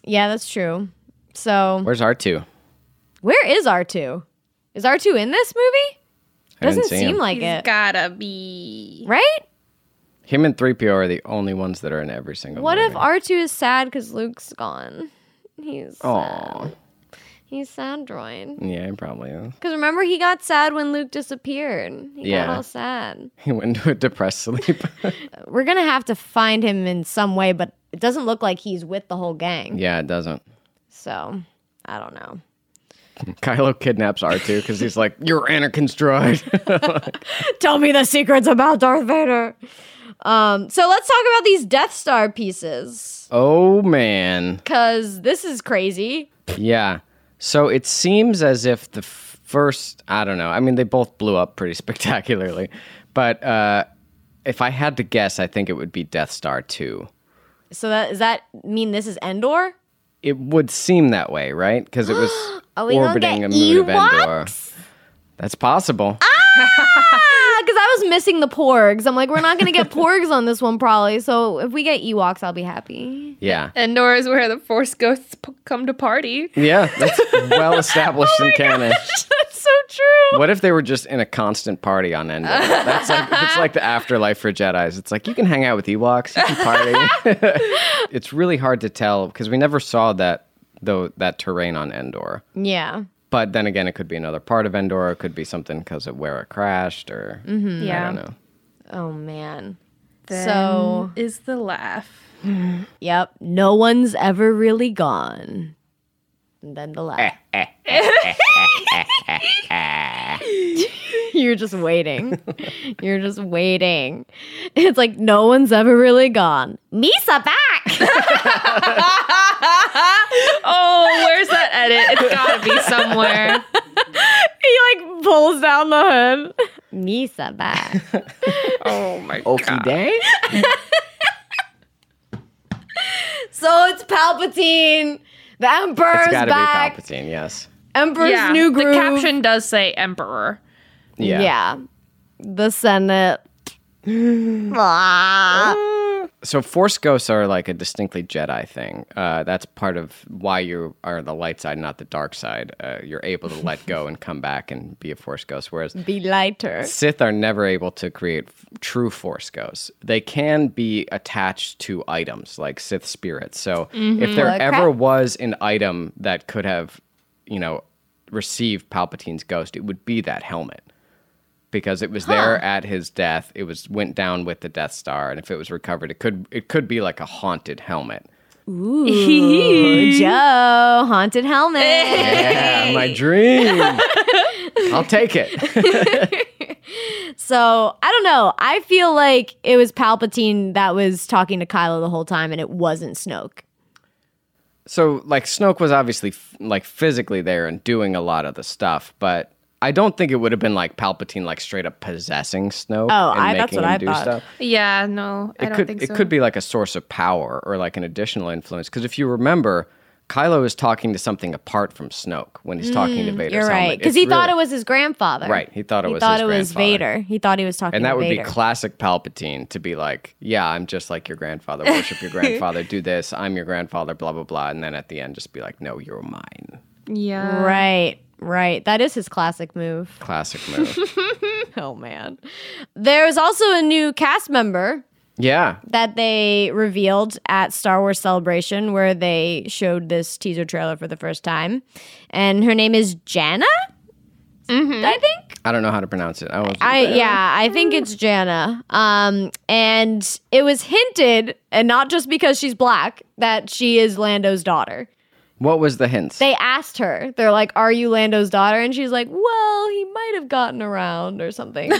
[SPEAKER 6] Yeah, that's true. So
[SPEAKER 4] Where's R2?
[SPEAKER 6] Where is R2? Is R2 in this
[SPEAKER 4] I
[SPEAKER 6] movie?
[SPEAKER 4] didn't
[SPEAKER 6] Doesn't
[SPEAKER 4] see
[SPEAKER 6] seem
[SPEAKER 4] him.
[SPEAKER 6] like
[SPEAKER 1] He's
[SPEAKER 6] it.
[SPEAKER 1] gotta be.
[SPEAKER 6] right?
[SPEAKER 4] him and 3PO are the only ones that are in every single
[SPEAKER 6] What if
[SPEAKER 4] movie.
[SPEAKER 6] R2 is sad because Luke's gone? He's
[SPEAKER 4] Aw.
[SPEAKER 6] he's sad droid.
[SPEAKER 4] Yeah, he probably is. <laughs>
[SPEAKER 6] Because remember he got sad when Luke disappeared. He
[SPEAKER 4] Yeah.
[SPEAKER 6] got all sad.
[SPEAKER 4] He went into a depressed <laughs> sleep.
[SPEAKER 6] We're gonna have to find him in some way, but it doesn't look like he's with the whole gang.
[SPEAKER 4] yeah, it doesn't.
[SPEAKER 6] So I don't know. <laughs>
[SPEAKER 4] Kylo kidnaps R2 because he's like, You're Anakin's droid.
[SPEAKER 6] Tell me the secrets about Darth Vader. Um, so let's talk about these Death Star pieces
[SPEAKER 4] oh, man.
[SPEAKER 6] because this is crazy.
[SPEAKER 4] Yeah. So it seems as if the first, I don't know. I mean, they both blew up pretty <laughs> spectacularly. But uh, if I had to guess, I think it would be Death Star 2.
[SPEAKER 6] So that does that mean this is Endor?
[SPEAKER 4] It would seem that way, right? Because it
[SPEAKER 6] <gasps>
[SPEAKER 4] was
[SPEAKER 6] we gonna
[SPEAKER 4] orbiting a
[SPEAKER 6] get
[SPEAKER 4] moon of Endor. That's possible.
[SPEAKER 6] Ah, because I was missing the porgs. I'm like, we're not gonna <laughs> get porgs on this one probably. So if we get Ewoks, I'll be happy.
[SPEAKER 4] Yeah.
[SPEAKER 1] And Nora's where the Force ghosts p- come to <laughs> party.
[SPEAKER 4] Yeah,
[SPEAKER 6] <laughs>
[SPEAKER 4] that's well established
[SPEAKER 6] Oh
[SPEAKER 4] in canon.
[SPEAKER 6] That's so true.
[SPEAKER 4] What if they were just in a constant party on Endor? That's like it's like the afterlife for Jedi's. It's like you can hang out with Ewoks, you can party. <laughs> it's really hard to tell because we never saw that though that terrain on Endor.
[SPEAKER 6] Yeah.
[SPEAKER 4] But then again, it could be another part of Endor. It could be something because of where it crashed, or I
[SPEAKER 1] Yeah.
[SPEAKER 4] don't know.
[SPEAKER 6] Oh man.
[SPEAKER 1] So
[SPEAKER 6] So-
[SPEAKER 1] is the laugh.
[SPEAKER 6] Yep. No one's ever really gone. And then the <laughs> laugh. You're just waiting. You're just waiting. It's like no one's ever really gone. Misa back.
[SPEAKER 1] Oh, where's that edit? It's gotta be somewhere.
[SPEAKER 6] he like pulls down the hood. Misa back.
[SPEAKER 1] Oh my
[SPEAKER 4] Okie day.
[SPEAKER 6] <laughs> so it's Palpatine. The Emperor's
[SPEAKER 4] It's got to be
[SPEAKER 6] back.
[SPEAKER 4] Palpatine. Yes.
[SPEAKER 6] Emperor's
[SPEAKER 1] Yeah,
[SPEAKER 6] new
[SPEAKER 1] the
[SPEAKER 6] groove.
[SPEAKER 1] caption does say Emperor.
[SPEAKER 4] Yeah.
[SPEAKER 6] The Senate.
[SPEAKER 4] So Force ghosts are like a distinctly Jedi thing. Uh, that's part of why you are the light side, not the dark side. Uh, you're able to let go and come back and be a Force ghost, whereas
[SPEAKER 6] Be lighter.
[SPEAKER 4] Sith are never able to create f- true Force ghosts. They can be attached to items like Sith spirits. So if there
[SPEAKER 6] Okay.
[SPEAKER 4] ever was an item that could have, you know, received Palpatine's ghost, it would be that helmet. Because it was there at his death, it was went down with the Death Star, and if it was recovered, it could it could be like a haunted helmet.
[SPEAKER 6] Joe, haunted helmet. <laughs>
[SPEAKER 4] Yeah, <laughs> my dream. I'll take it.
[SPEAKER 6] So I don't know. I feel like it was Palpatine that was talking to Kylo the whole time, and it wasn't Snoke.
[SPEAKER 4] so like Snoke was obviously f- like physically there and doing a lot of the stuff, but I don't think it would have been like Palpatine like straight up possessing Snoke.
[SPEAKER 6] Oh,
[SPEAKER 4] and
[SPEAKER 6] I-
[SPEAKER 4] making
[SPEAKER 6] that's what
[SPEAKER 4] him
[SPEAKER 6] I
[SPEAKER 4] do
[SPEAKER 6] thought.
[SPEAKER 4] Stuff.
[SPEAKER 1] Yeah, no, I
[SPEAKER 4] it
[SPEAKER 1] don't
[SPEAKER 4] could
[SPEAKER 1] think
[SPEAKER 4] it
[SPEAKER 1] so.
[SPEAKER 4] could be like a source of power or like an additional influence because if you remember, Kylo is talking to something apart from Snoke when he's talking to Vader's
[SPEAKER 6] Mm, You're right,
[SPEAKER 4] because
[SPEAKER 6] because he thought it was his grandfather.
[SPEAKER 4] Right, he thought it was
[SPEAKER 6] thought
[SPEAKER 4] his
[SPEAKER 6] it was
[SPEAKER 4] grandfather.
[SPEAKER 6] Vader. He thought he was talking.
[SPEAKER 4] And that
[SPEAKER 6] to
[SPEAKER 4] would
[SPEAKER 6] Vader.
[SPEAKER 4] be classic Palpatine to be like, yeah, I'm just like your grandfather. Worship
[SPEAKER 6] <laughs>
[SPEAKER 4] your grandfather. Do this. I'm your grandfather. Blah blah blah. And then at the end, just be like, no, you're mine.
[SPEAKER 1] Yeah.
[SPEAKER 6] right. Right. That is his classic move.
[SPEAKER 4] Classic move. <laughs>
[SPEAKER 6] <laughs> Oh man. There was also a new cast member
[SPEAKER 4] yeah,
[SPEAKER 6] that they revealed at Star Wars Celebration, where they showed this teaser trailer for the first time, and her name is Jana. I think.
[SPEAKER 4] I don't know how to pronounce it. I was
[SPEAKER 6] I yeah, I think it's Jana. Um, and it was hinted, and not just because she's black, that she is Lando's daughter.
[SPEAKER 4] what was the hint?
[SPEAKER 6] They asked her, they're like, "Are you Lando's daughter?" And she's like, "Well, he might have gotten around or something."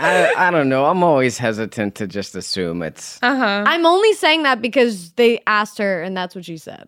[SPEAKER 4] I, I don't know. I'm always hesitant to just assume it's.
[SPEAKER 6] Uh. I'm only saying that because they asked her, and that's what she said.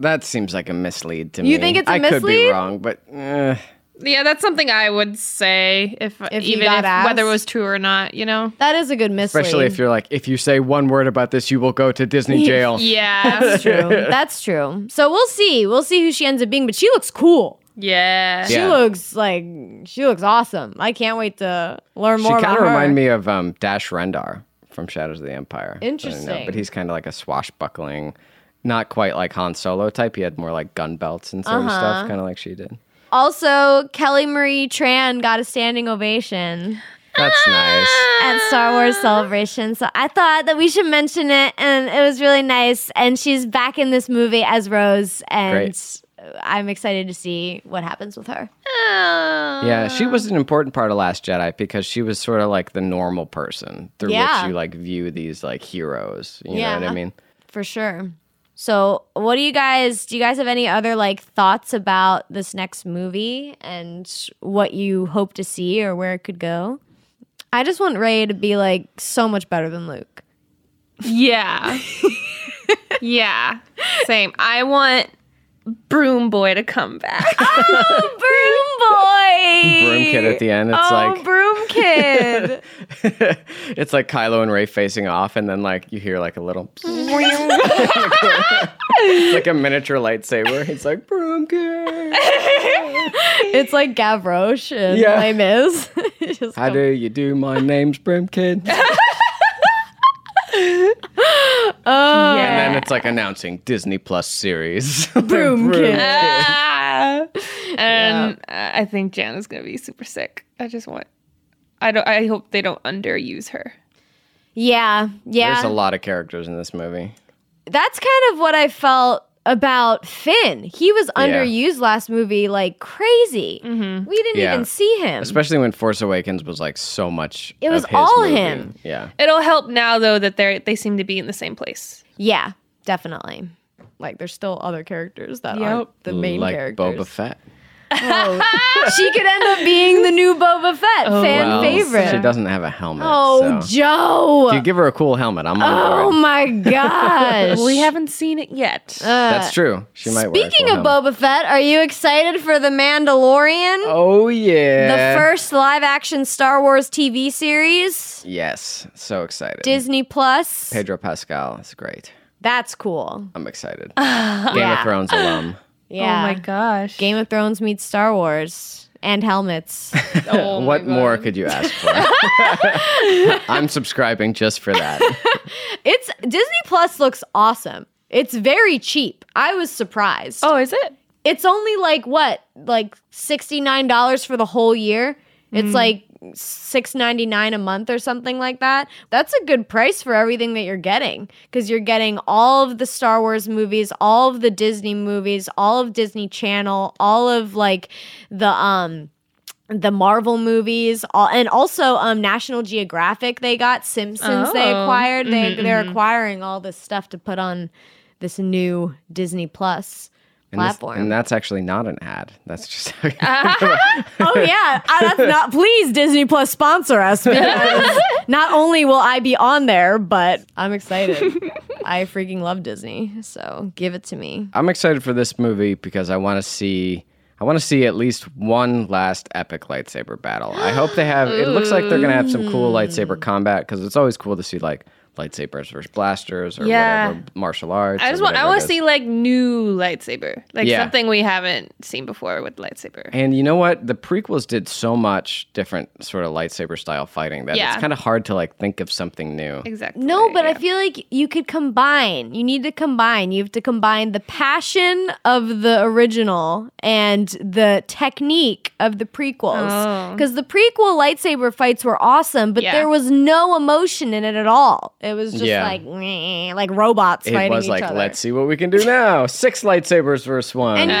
[SPEAKER 4] That seems like a mislead to me.
[SPEAKER 6] You think it's a
[SPEAKER 4] I could be
[SPEAKER 6] mislead?
[SPEAKER 4] wrong, but eh,
[SPEAKER 1] Yeah, that's something I would say if,
[SPEAKER 6] If you
[SPEAKER 1] even
[SPEAKER 6] got
[SPEAKER 1] if,
[SPEAKER 6] asked.
[SPEAKER 1] whether it was true or not, you
[SPEAKER 6] <laughs>
[SPEAKER 1] know?
[SPEAKER 6] That is a good mislead.
[SPEAKER 4] especially if you're like, if you say one word about this, you will go to
[SPEAKER 6] <laughs>
[SPEAKER 4] Disney jail.
[SPEAKER 1] Yeah.
[SPEAKER 4] <laughs>
[SPEAKER 6] That's true. That's true. So we'll see. We'll see who she ends up being, but she looks cool.
[SPEAKER 1] yeah.
[SPEAKER 4] Yeah.
[SPEAKER 6] She looks like she looks awesome. I can't wait to learn
[SPEAKER 4] She
[SPEAKER 6] more about
[SPEAKER 4] kind
[SPEAKER 6] her.
[SPEAKER 4] of reminded me of um, Dash Rendar from Shadows of the Empire. I don't know,
[SPEAKER 6] Interesting.
[SPEAKER 4] but he's kind of like a swashbuckling, not quite like Han Solo type. He had more like gun belts and sort of
[SPEAKER 6] Uh-huh.
[SPEAKER 4] stuff, kind of like she did.
[SPEAKER 6] Also, Kelly Marie Tran got a standing ovation
[SPEAKER 4] That's nice.
[SPEAKER 6] at Star Wars Celebration. So I thought that we should mention it, and it was really nice. And she's back in this movie as Rose, and
[SPEAKER 4] Great.
[SPEAKER 6] I'm excited to see what happens with her.
[SPEAKER 4] Yeah, she was an important part of Last Jedi because she was sort of like the normal person through
[SPEAKER 6] Yeah.
[SPEAKER 4] which you like view these like heroes. You know what
[SPEAKER 6] Yeah.
[SPEAKER 4] I mean?
[SPEAKER 6] For sure. So, what do you guys do? You guys have any other like thoughts about this next movie and what you hope to see or where it could go? I just want Ray to be like so much better than Luke.
[SPEAKER 1] Yeah. yeah. Same. I want Broom Boy to come back.
[SPEAKER 6] Broom boy.
[SPEAKER 4] Broom kid at the end. It's
[SPEAKER 6] Oh,
[SPEAKER 4] like
[SPEAKER 6] broom kid.
[SPEAKER 4] <laughs> it's like Kylo and Ray facing off, and then like you hear like a little. <laughs> it's like a miniature lightsaber. It's like broom kid.
[SPEAKER 6] <laughs> it's like Gavroche and
[SPEAKER 4] Yeah.
[SPEAKER 6] Les Mis. <laughs> It's just
[SPEAKER 4] How do you do? My name's Broom Kid.
[SPEAKER 1] <laughs>
[SPEAKER 4] And then it's like announcing Disney Plus series. <laughs> Broom, Kid.
[SPEAKER 1] Ah. and uh, I think Jan is gonna be super sick. I just want. I don't. I hope they don't underuse her.
[SPEAKER 6] Yeah, yeah.
[SPEAKER 4] There's a lot of characters in this movie.
[SPEAKER 6] That's kind of what I felt about Finn. He was underused last movie like crazy. We didn't
[SPEAKER 4] Mm-hmm. Yeah.
[SPEAKER 6] even see him.
[SPEAKER 4] Especially when Force Awakens was like so much.
[SPEAKER 6] It
[SPEAKER 4] of
[SPEAKER 6] was
[SPEAKER 4] his
[SPEAKER 6] all
[SPEAKER 4] movie.
[SPEAKER 6] him.
[SPEAKER 4] Yeah.
[SPEAKER 1] It'll help now though that they they seem to be in the same place.
[SPEAKER 6] yeah, definitely. Like there's still other characters that aren't the main
[SPEAKER 4] like
[SPEAKER 6] characters.
[SPEAKER 4] Boba Fett.
[SPEAKER 6] Oh.
[SPEAKER 4] <laughs>
[SPEAKER 6] she could end up being the new Boba Fett fan
[SPEAKER 4] Well,
[SPEAKER 6] favorite.
[SPEAKER 4] She doesn't have a helmet.
[SPEAKER 6] oh,
[SPEAKER 4] so.
[SPEAKER 6] Joe.
[SPEAKER 4] you give her a cool helmet. I'm on
[SPEAKER 6] oh
[SPEAKER 4] board.
[SPEAKER 6] my
[SPEAKER 4] <laughs>
[SPEAKER 6] gosh. Uh,
[SPEAKER 1] We haven't seen it yet.
[SPEAKER 4] That's true. She might. wear a
[SPEAKER 6] Speaking
[SPEAKER 4] cool
[SPEAKER 6] of
[SPEAKER 4] helmet.
[SPEAKER 6] Boba Fett, are you excited for The Mandalorian?
[SPEAKER 4] Oh yeah.
[SPEAKER 6] The first live action Star Wars TV series,
[SPEAKER 4] Yes. So excited.
[SPEAKER 6] Disney Plus.
[SPEAKER 4] Pedro Pascal is great.
[SPEAKER 6] That's cool.
[SPEAKER 4] I'm
[SPEAKER 6] <laughs>
[SPEAKER 4] excited. Game of Thrones alum.
[SPEAKER 6] Yeah.
[SPEAKER 1] Oh my gosh.
[SPEAKER 6] Game of Thrones meets Star Wars and <laughs> helmets.
[SPEAKER 1] Oh my
[SPEAKER 4] what
[SPEAKER 1] God.
[SPEAKER 4] more could you ask
[SPEAKER 6] <laughs>
[SPEAKER 4] for? I'm subscribing just for
[SPEAKER 6] <laughs>
[SPEAKER 4] that.
[SPEAKER 6] it's Disney Plus looks awesome. It's very cheap. I was surprised.
[SPEAKER 1] Oh, is it?
[SPEAKER 6] It's only like what? Like $69 for the whole year. It's like 6.99 a month or something like that. That's a good price for everything that you're getting cuz you're getting all of the Star Wars movies, all of the Disney movies, all of Disney Channel, all of like the um the Marvel movies, all, and also um, National Geographic. They got Simpsons. They
[SPEAKER 1] Oh.
[SPEAKER 6] acquired. They they're acquiring all this stuff to put on this new Disney Plus
[SPEAKER 4] And this-
[SPEAKER 6] platform.
[SPEAKER 4] and that's actually not an ad. That's just
[SPEAKER 6] <laughs> oh yeah, I, that's not. Please, Disney Plus sponsor us. <laughs> Because not only will I be on there, but I'm excited. I freaking love Disney, so give it to me.
[SPEAKER 4] I'm excited for this movie because I want to see I want to see at least one last epic lightsaber battle. I hope they have it looks like they're going to have some cool lightsaber combat cuz it's always cool to see like lightsabers versus blasters or
[SPEAKER 1] Yeah.
[SPEAKER 4] whatever martial arts.
[SPEAKER 1] I
[SPEAKER 4] or
[SPEAKER 1] just want. I
[SPEAKER 4] whatever it
[SPEAKER 1] want to
[SPEAKER 4] is.
[SPEAKER 1] see like new lightsaber, like
[SPEAKER 4] Yeah.
[SPEAKER 1] something we haven't seen before with lightsaber.
[SPEAKER 4] And you know what? The prequels did so much different sort of lightsaber style fighting that
[SPEAKER 1] Yeah.
[SPEAKER 4] it's kind of hard to like think of something new.
[SPEAKER 1] Exactly.
[SPEAKER 6] No, but
[SPEAKER 1] yeah.
[SPEAKER 6] I feel like you could combine. You need to combine. You have to combine the passion of the original and the technique of the prequels.
[SPEAKER 1] Oh.
[SPEAKER 6] Because the prequel lightsaber fights were awesome, but
[SPEAKER 1] Yeah.
[SPEAKER 6] there was no emotion in it at all. It was just
[SPEAKER 4] Yeah.
[SPEAKER 6] like meh, like robots
[SPEAKER 4] It
[SPEAKER 6] fighting
[SPEAKER 4] was
[SPEAKER 6] each
[SPEAKER 4] like,
[SPEAKER 6] other.
[SPEAKER 4] let's see what we can do now. Six lightsabers versus one.
[SPEAKER 6] and you're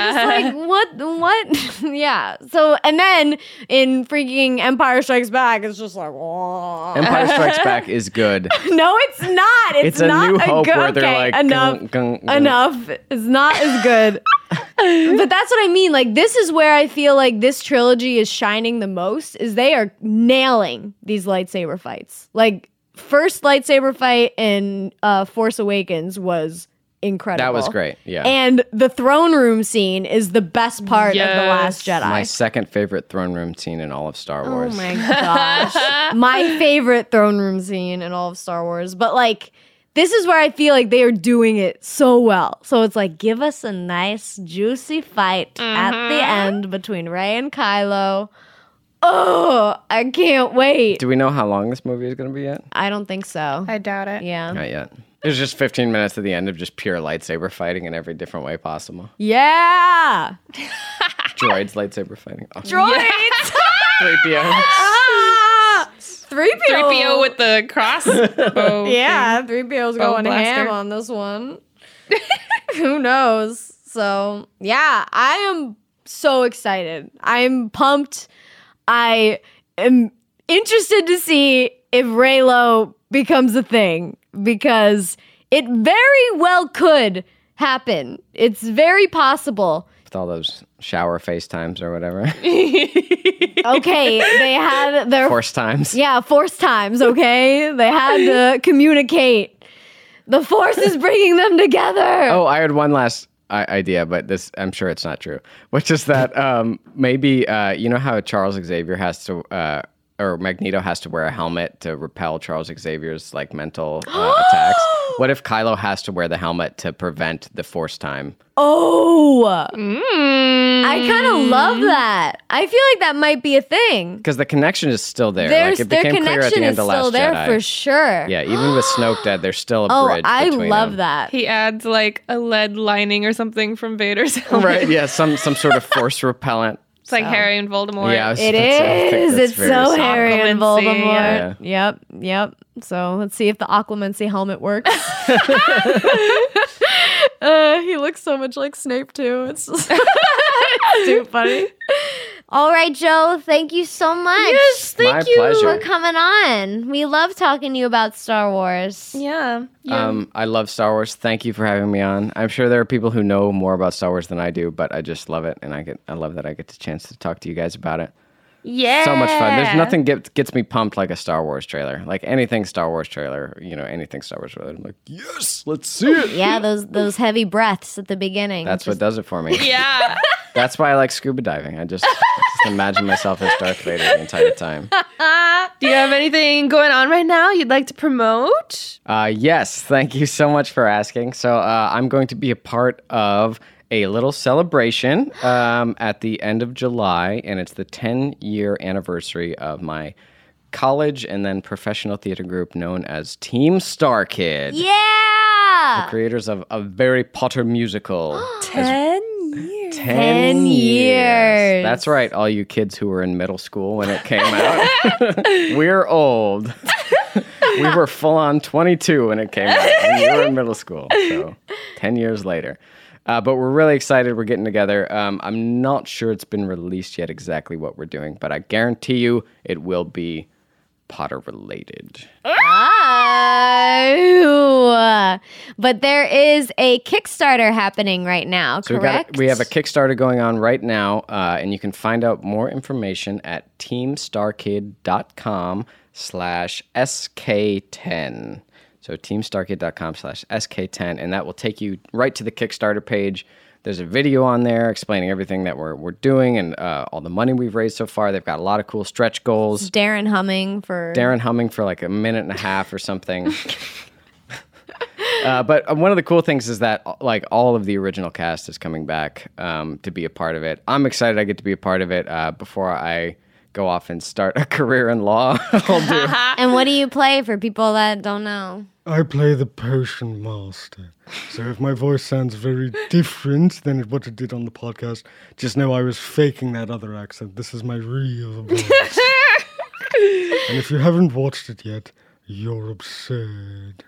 [SPEAKER 4] <laughs>
[SPEAKER 6] just like, what? What? <laughs> yeah. So, and then in freaking Empire Strikes Back, it's just like, "Wah."
[SPEAKER 4] Empire Strikes Back is good.
[SPEAKER 6] <laughs> no, it's not. <laughs> It's,
[SPEAKER 4] It's a
[SPEAKER 6] not
[SPEAKER 4] new hope
[SPEAKER 6] good.
[SPEAKER 4] where they're
[SPEAKER 6] okay,
[SPEAKER 4] like
[SPEAKER 6] enough.
[SPEAKER 4] gung, gung, gung.
[SPEAKER 6] enough. It's not
[SPEAKER 4] <laughs>
[SPEAKER 6] as good. but that's what I mean. Like this is where I feel like this trilogy is shining the most is they are nailing these lightsaber fights. Like first lightsaber fight in uh Force Awakens was incredible.
[SPEAKER 4] That was great. Yeah.
[SPEAKER 6] And the throne room scene is the best part of The Last
[SPEAKER 1] Yes.
[SPEAKER 6] Jedi.
[SPEAKER 4] my second favorite throne room scene in all of Star Wars.
[SPEAKER 6] Oh
[SPEAKER 4] <laughs>
[SPEAKER 6] my gosh. my favorite throne room scene in all of Star Wars. But like this is where I feel like they are doing it so well. So it's like give us a nice juicy fight at the end between Rey and Kylo. Oh, I can't wait.
[SPEAKER 4] Do we know how long this movie is going to be yet?
[SPEAKER 6] I don't think so.
[SPEAKER 1] I doubt it.
[SPEAKER 6] Yeah.
[SPEAKER 4] Not yet. There's just 15 minutes at the end of just pure lightsaber fighting in every different way possible.
[SPEAKER 6] Yeah.
[SPEAKER 4] Droids lightsaber fighting. Oh,
[SPEAKER 6] Droids.
[SPEAKER 4] <laughs> 3PO.
[SPEAKER 6] Ah! 3PO.
[SPEAKER 1] 3PO with the cross. bow.
[SPEAKER 6] <laughs> Yeah, three PO's going ham
[SPEAKER 1] blaster.
[SPEAKER 6] on this one. Who knows? So yeah, I am so excited. I'm pumped. I am interested to see if Raylo becomes a thing because it very well could happen. It's very possible.
[SPEAKER 4] with all those shower FaceTimes or
[SPEAKER 6] <laughs>
[SPEAKER 4] whatever,
[SPEAKER 6] Okay, they had their
[SPEAKER 4] force times.
[SPEAKER 6] Yeah, force times, okay? they had to communicate. The force is bringing them together.
[SPEAKER 4] Oh, I had one last i- idea, but this I'm sure it's not true. Which is that
[SPEAKER 6] <laughs>
[SPEAKER 4] um, maybe uh, you know how Charles Xavier has to. Uh, or Magneto has to wear a helmet to repel Charles Xavier's like mental
[SPEAKER 6] <gasps>
[SPEAKER 4] uh, attacks. What if Kylo has to wear the helmet to prevent the force time?
[SPEAKER 6] Oh.
[SPEAKER 1] Hmm.
[SPEAKER 6] I kind of love that. I feel like that might be a thing.
[SPEAKER 4] Because the connection is still there.
[SPEAKER 6] There's,
[SPEAKER 4] like it
[SPEAKER 6] their
[SPEAKER 4] became clear at
[SPEAKER 6] connection
[SPEAKER 4] the end
[SPEAKER 6] is
[SPEAKER 4] of
[SPEAKER 6] still
[SPEAKER 4] Last
[SPEAKER 6] there
[SPEAKER 4] Jedi.
[SPEAKER 6] for sure.
[SPEAKER 4] Yeah, even with Snoke dead, there's still a
[SPEAKER 6] <gasps> Oh,
[SPEAKER 4] bridge.
[SPEAKER 6] I
[SPEAKER 4] between
[SPEAKER 6] love
[SPEAKER 4] them.
[SPEAKER 6] that.
[SPEAKER 1] He adds like a lead lining or something from Vader's <laughs> helmet.
[SPEAKER 4] <laughs> Right? Yeah, some some
[SPEAKER 6] <laughs>
[SPEAKER 4] sort of force repellent.
[SPEAKER 1] It's like Harry and Voldemort.
[SPEAKER 4] Yeah, I was-
[SPEAKER 6] It
[SPEAKER 4] that's- I think
[SPEAKER 6] is.
[SPEAKER 4] that's
[SPEAKER 6] It's
[SPEAKER 4] very
[SPEAKER 6] so
[SPEAKER 4] similar.
[SPEAKER 6] Harry and
[SPEAKER 1] Aquamancy,
[SPEAKER 6] Voldemort. Yep. Yep. So let's see if the Aquamancy
[SPEAKER 7] <laughs>
[SPEAKER 6] helmet works. uh, he looks so much like Snape too.
[SPEAKER 7] <laughs>
[SPEAKER 6] It's <laughs> just too funny.
[SPEAKER 7] All right, Joe, thank you so much.
[SPEAKER 4] thank My you. pleasure.
[SPEAKER 7] for coming on. We love talking to you about Star Wars.
[SPEAKER 6] <laughs>
[SPEAKER 1] Yeah. Yeah.
[SPEAKER 4] Um, I love Star Wars. Thank you for having me on. I'm sure there are people who know more about Star Wars than I do, but I just love it, and I get I love that I get the chance to talk to you guys about it.
[SPEAKER 1] yeah.
[SPEAKER 4] So much fun. There's nothing get, gets me pumped like a Star Wars trailer. Like anything Star Wars trailer, you know, anything Star Wars related. I'm like, yes, let's see it.
[SPEAKER 7] Yeah, those those heavy breaths at the beginning.
[SPEAKER 4] That's what does it for <laughs> me.
[SPEAKER 1] Yeah.
[SPEAKER 4] That's why I like scuba diving. I just, I just imagine myself as Darth Vader the entire time.
[SPEAKER 1] Do you have anything going on right now you'd like to
[SPEAKER 4] <laughs>
[SPEAKER 1] promote?
[SPEAKER 4] Uh, yes, thank you so much for asking. So uh, I'm going to be a part of a little celebration um, at the end of July, and it's the 10 year anniversary of my college and then professional theater group known as Team Star Kid.
[SPEAKER 7] yeah.
[SPEAKER 4] Creators of a very Potter musical.
[SPEAKER 1] 10 years.
[SPEAKER 4] 10,
[SPEAKER 6] 10 years.
[SPEAKER 4] That's right, all you kids who were in middle school when it came out. <laughs> We're old. <laughs> we were full on 22 when it came out, and you were in middle school. So 10 years later. Uh, but we're really excited. We're getting together. Um, I'm not sure it's been released yet exactly what we're doing, but I guarantee you it will be Potter related.
[SPEAKER 6] Oh. But there is a Kickstarter happening right now,
[SPEAKER 4] So we, got
[SPEAKER 6] correct?
[SPEAKER 4] a, we have a Kickstarter going on right now, uh, and you can find out more information at teamstarkid.com slash SK10. So teamstarkid.com slash SK10, and that will take you right to the Kickstarter page. There's a video on there explaining everything that we're, we're doing and uh, all the money we've raised so far. They've got a lot of cool stretch goals.
[SPEAKER 6] Darren humming for
[SPEAKER 4] Darren humming for like a minute and a half or something. Uh, but uh, one of the cool things is that uh, like all of the original cast is coming back um, to be a part of it. I'm excited I get to be a part of it uh, before I go off and start a <laughs> career in law. I'll do
[SPEAKER 7] And what do you play for people that don't know?
[SPEAKER 8] I play the potion master. So if my voice sounds very different than it- what it did on the podcast, just know I was faking that other accent. This is my real voice. and if you haven't watched it yet, you're absurd.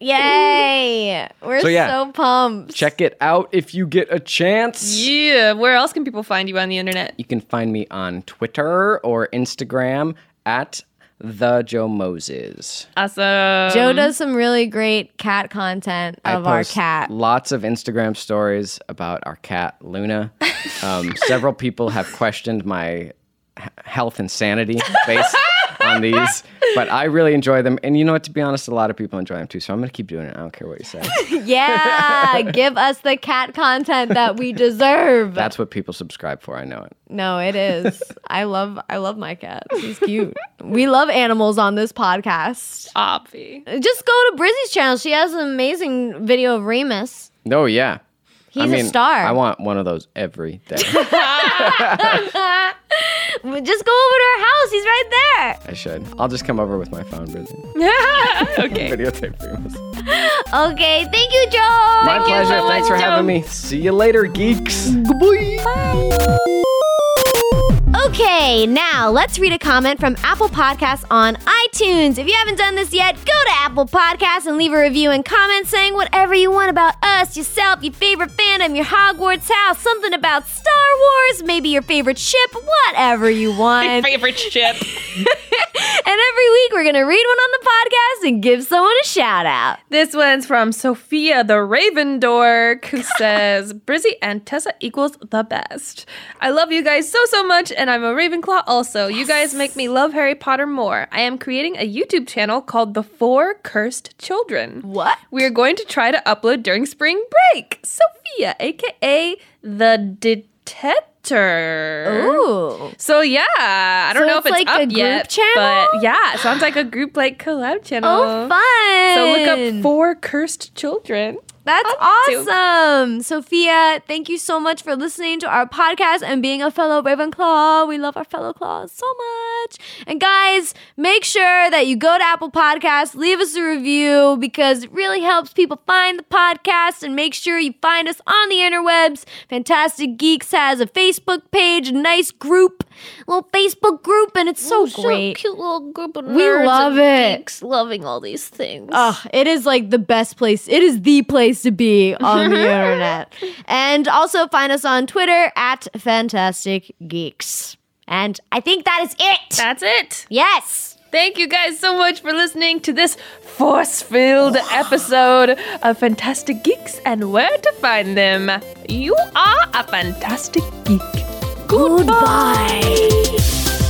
[SPEAKER 6] Yay! We're
[SPEAKER 4] So,
[SPEAKER 6] so,
[SPEAKER 4] yeah.
[SPEAKER 6] pumped.
[SPEAKER 4] check it out if you get a chance.
[SPEAKER 1] Yeah. Where else can people find you on the internet?
[SPEAKER 4] You can find me on Twitter or Instagram at the Joe Moses.
[SPEAKER 1] Awesome.
[SPEAKER 6] Joe does some really great cat content
[SPEAKER 4] Mm-hmm. I
[SPEAKER 6] of our
[SPEAKER 4] post
[SPEAKER 6] cat.
[SPEAKER 4] Lots of Instagram stories about our cat Luna. Um, several people have questioned my h- health and sanity based on these, but I really enjoy them. And you know what? To be honest, a lot of people enjoy them too. So I'm going to keep doing it. I don't care what you say. <laughs>
[SPEAKER 6] Yeah, give us the cat content that we deserve.
[SPEAKER 4] That's what people subscribe for. I know it.
[SPEAKER 6] no, it is. I love I love my cat. He's cute. we love animals on this podcast.
[SPEAKER 1] Obvi.
[SPEAKER 7] Just go to Brizzy's channel. She has an amazing video of Remus.
[SPEAKER 4] No, yeah. He's
[SPEAKER 7] a star.
[SPEAKER 4] I want one of those every day.
[SPEAKER 7] Just go over to her house. He's right there.
[SPEAKER 4] I should. I'll just come over with my phone, Brizzy.
[SPEAKER 1] okay.
[SPEAKER 4] <laughs> Videotape Remus.
[SPEAKER 7] Okay, thank you, Joe.
[SPEAKER 4] My pleasure. Thanks for having me. See you later, geeks.
[SPEAKER 7] Okay,
[SPEAKER 6] Okay, now let's read a comment from Apple Podcasts on iTunes. If you haven't done this yet, go to Apple Podcasts and leave a review and comment saying whatever you want about us, yourself, your favorite fandom, your Hogwarts house, something about Star Wars, maybe your favorite ship, whatever you
[SPEAKER 9] <laughs>
[SPEAKER 6] want.
[SPEAKER 9] favorite ship.
[SPEAKER 6] <laughs> and every week we're going to read one on the podcast and give someone a shout out.
[SPEAKER 1] This one's from Sophia the Raven Dork,
[SPEAKER 6] <laughs>
[SPEAKER 1] who says, Brizzy and Tessa equals the best. I love you guys so, so much, and I'm a Ravenclaw also. You guys make me love Harry Potter more. I am creating a YouTube channel called The Four Cursed Children. What? We are going to try to upload during spring break. Sophia, aka the Detector.
[SPEAKER 6] Ooh.
[SPEAKER 1] So yeah, I don't
[SPEAKER 6] So
[SPEAKER 1] know
[SPEAKER 6] it's
[SPEAKER 1] if it's
[SPEAKER 6] like
[SPEAKER 1] up
[SPEAKER 6] a group
[SPEAKER 1] yet,
[SPEAKER 6] channel?
[SPEAKER 1] but yeah, it sounds like a group like collab channel.
[SPEAKER 6] Oh, fun.
[SPEAKER 1] Uh-huh. So look up four cursed children.
[SPEAKER 6] That's
[SPEAKER 1] on
[SPEAKER 6] awesome. Sophia, thank you so much for listening to our podcast and being a fellow Ravenclaw. We love our fellow claws so much. And guys, make sure that you go to Apple Podcasts, leave us a review because it really helps people find the podcast and make sure you find us on the interwebs. Fantastic Geeks has a Facebook page, a nice group, little Facebook group, and it's
[SPEAKER 1] Oh,
[SPEAKER 6] so great.
[SPEAKER 7] cute little group of
[SPEAKER 6] We
[SPEAKER 7] nerds
[SPEAKER 6] love
[SPEAKER 7] and
[SPEAKER 6] it.
[SPEAKER 7] geeks loving all these things.
[SPEAKER 6] Oh, it is like the best place. It is the place to be on the internet. And also find us on Twitter at Fantastic Geeks. And I think that is it.
[SPEAKER 1] That's it.
[SPEAKER 6] yes.
[SPEAKER 1] Thank you guys so much for listening to this force filled episode of Fantastic Geeks and Where to Find Them. You are a fantastic geek. Goodbye.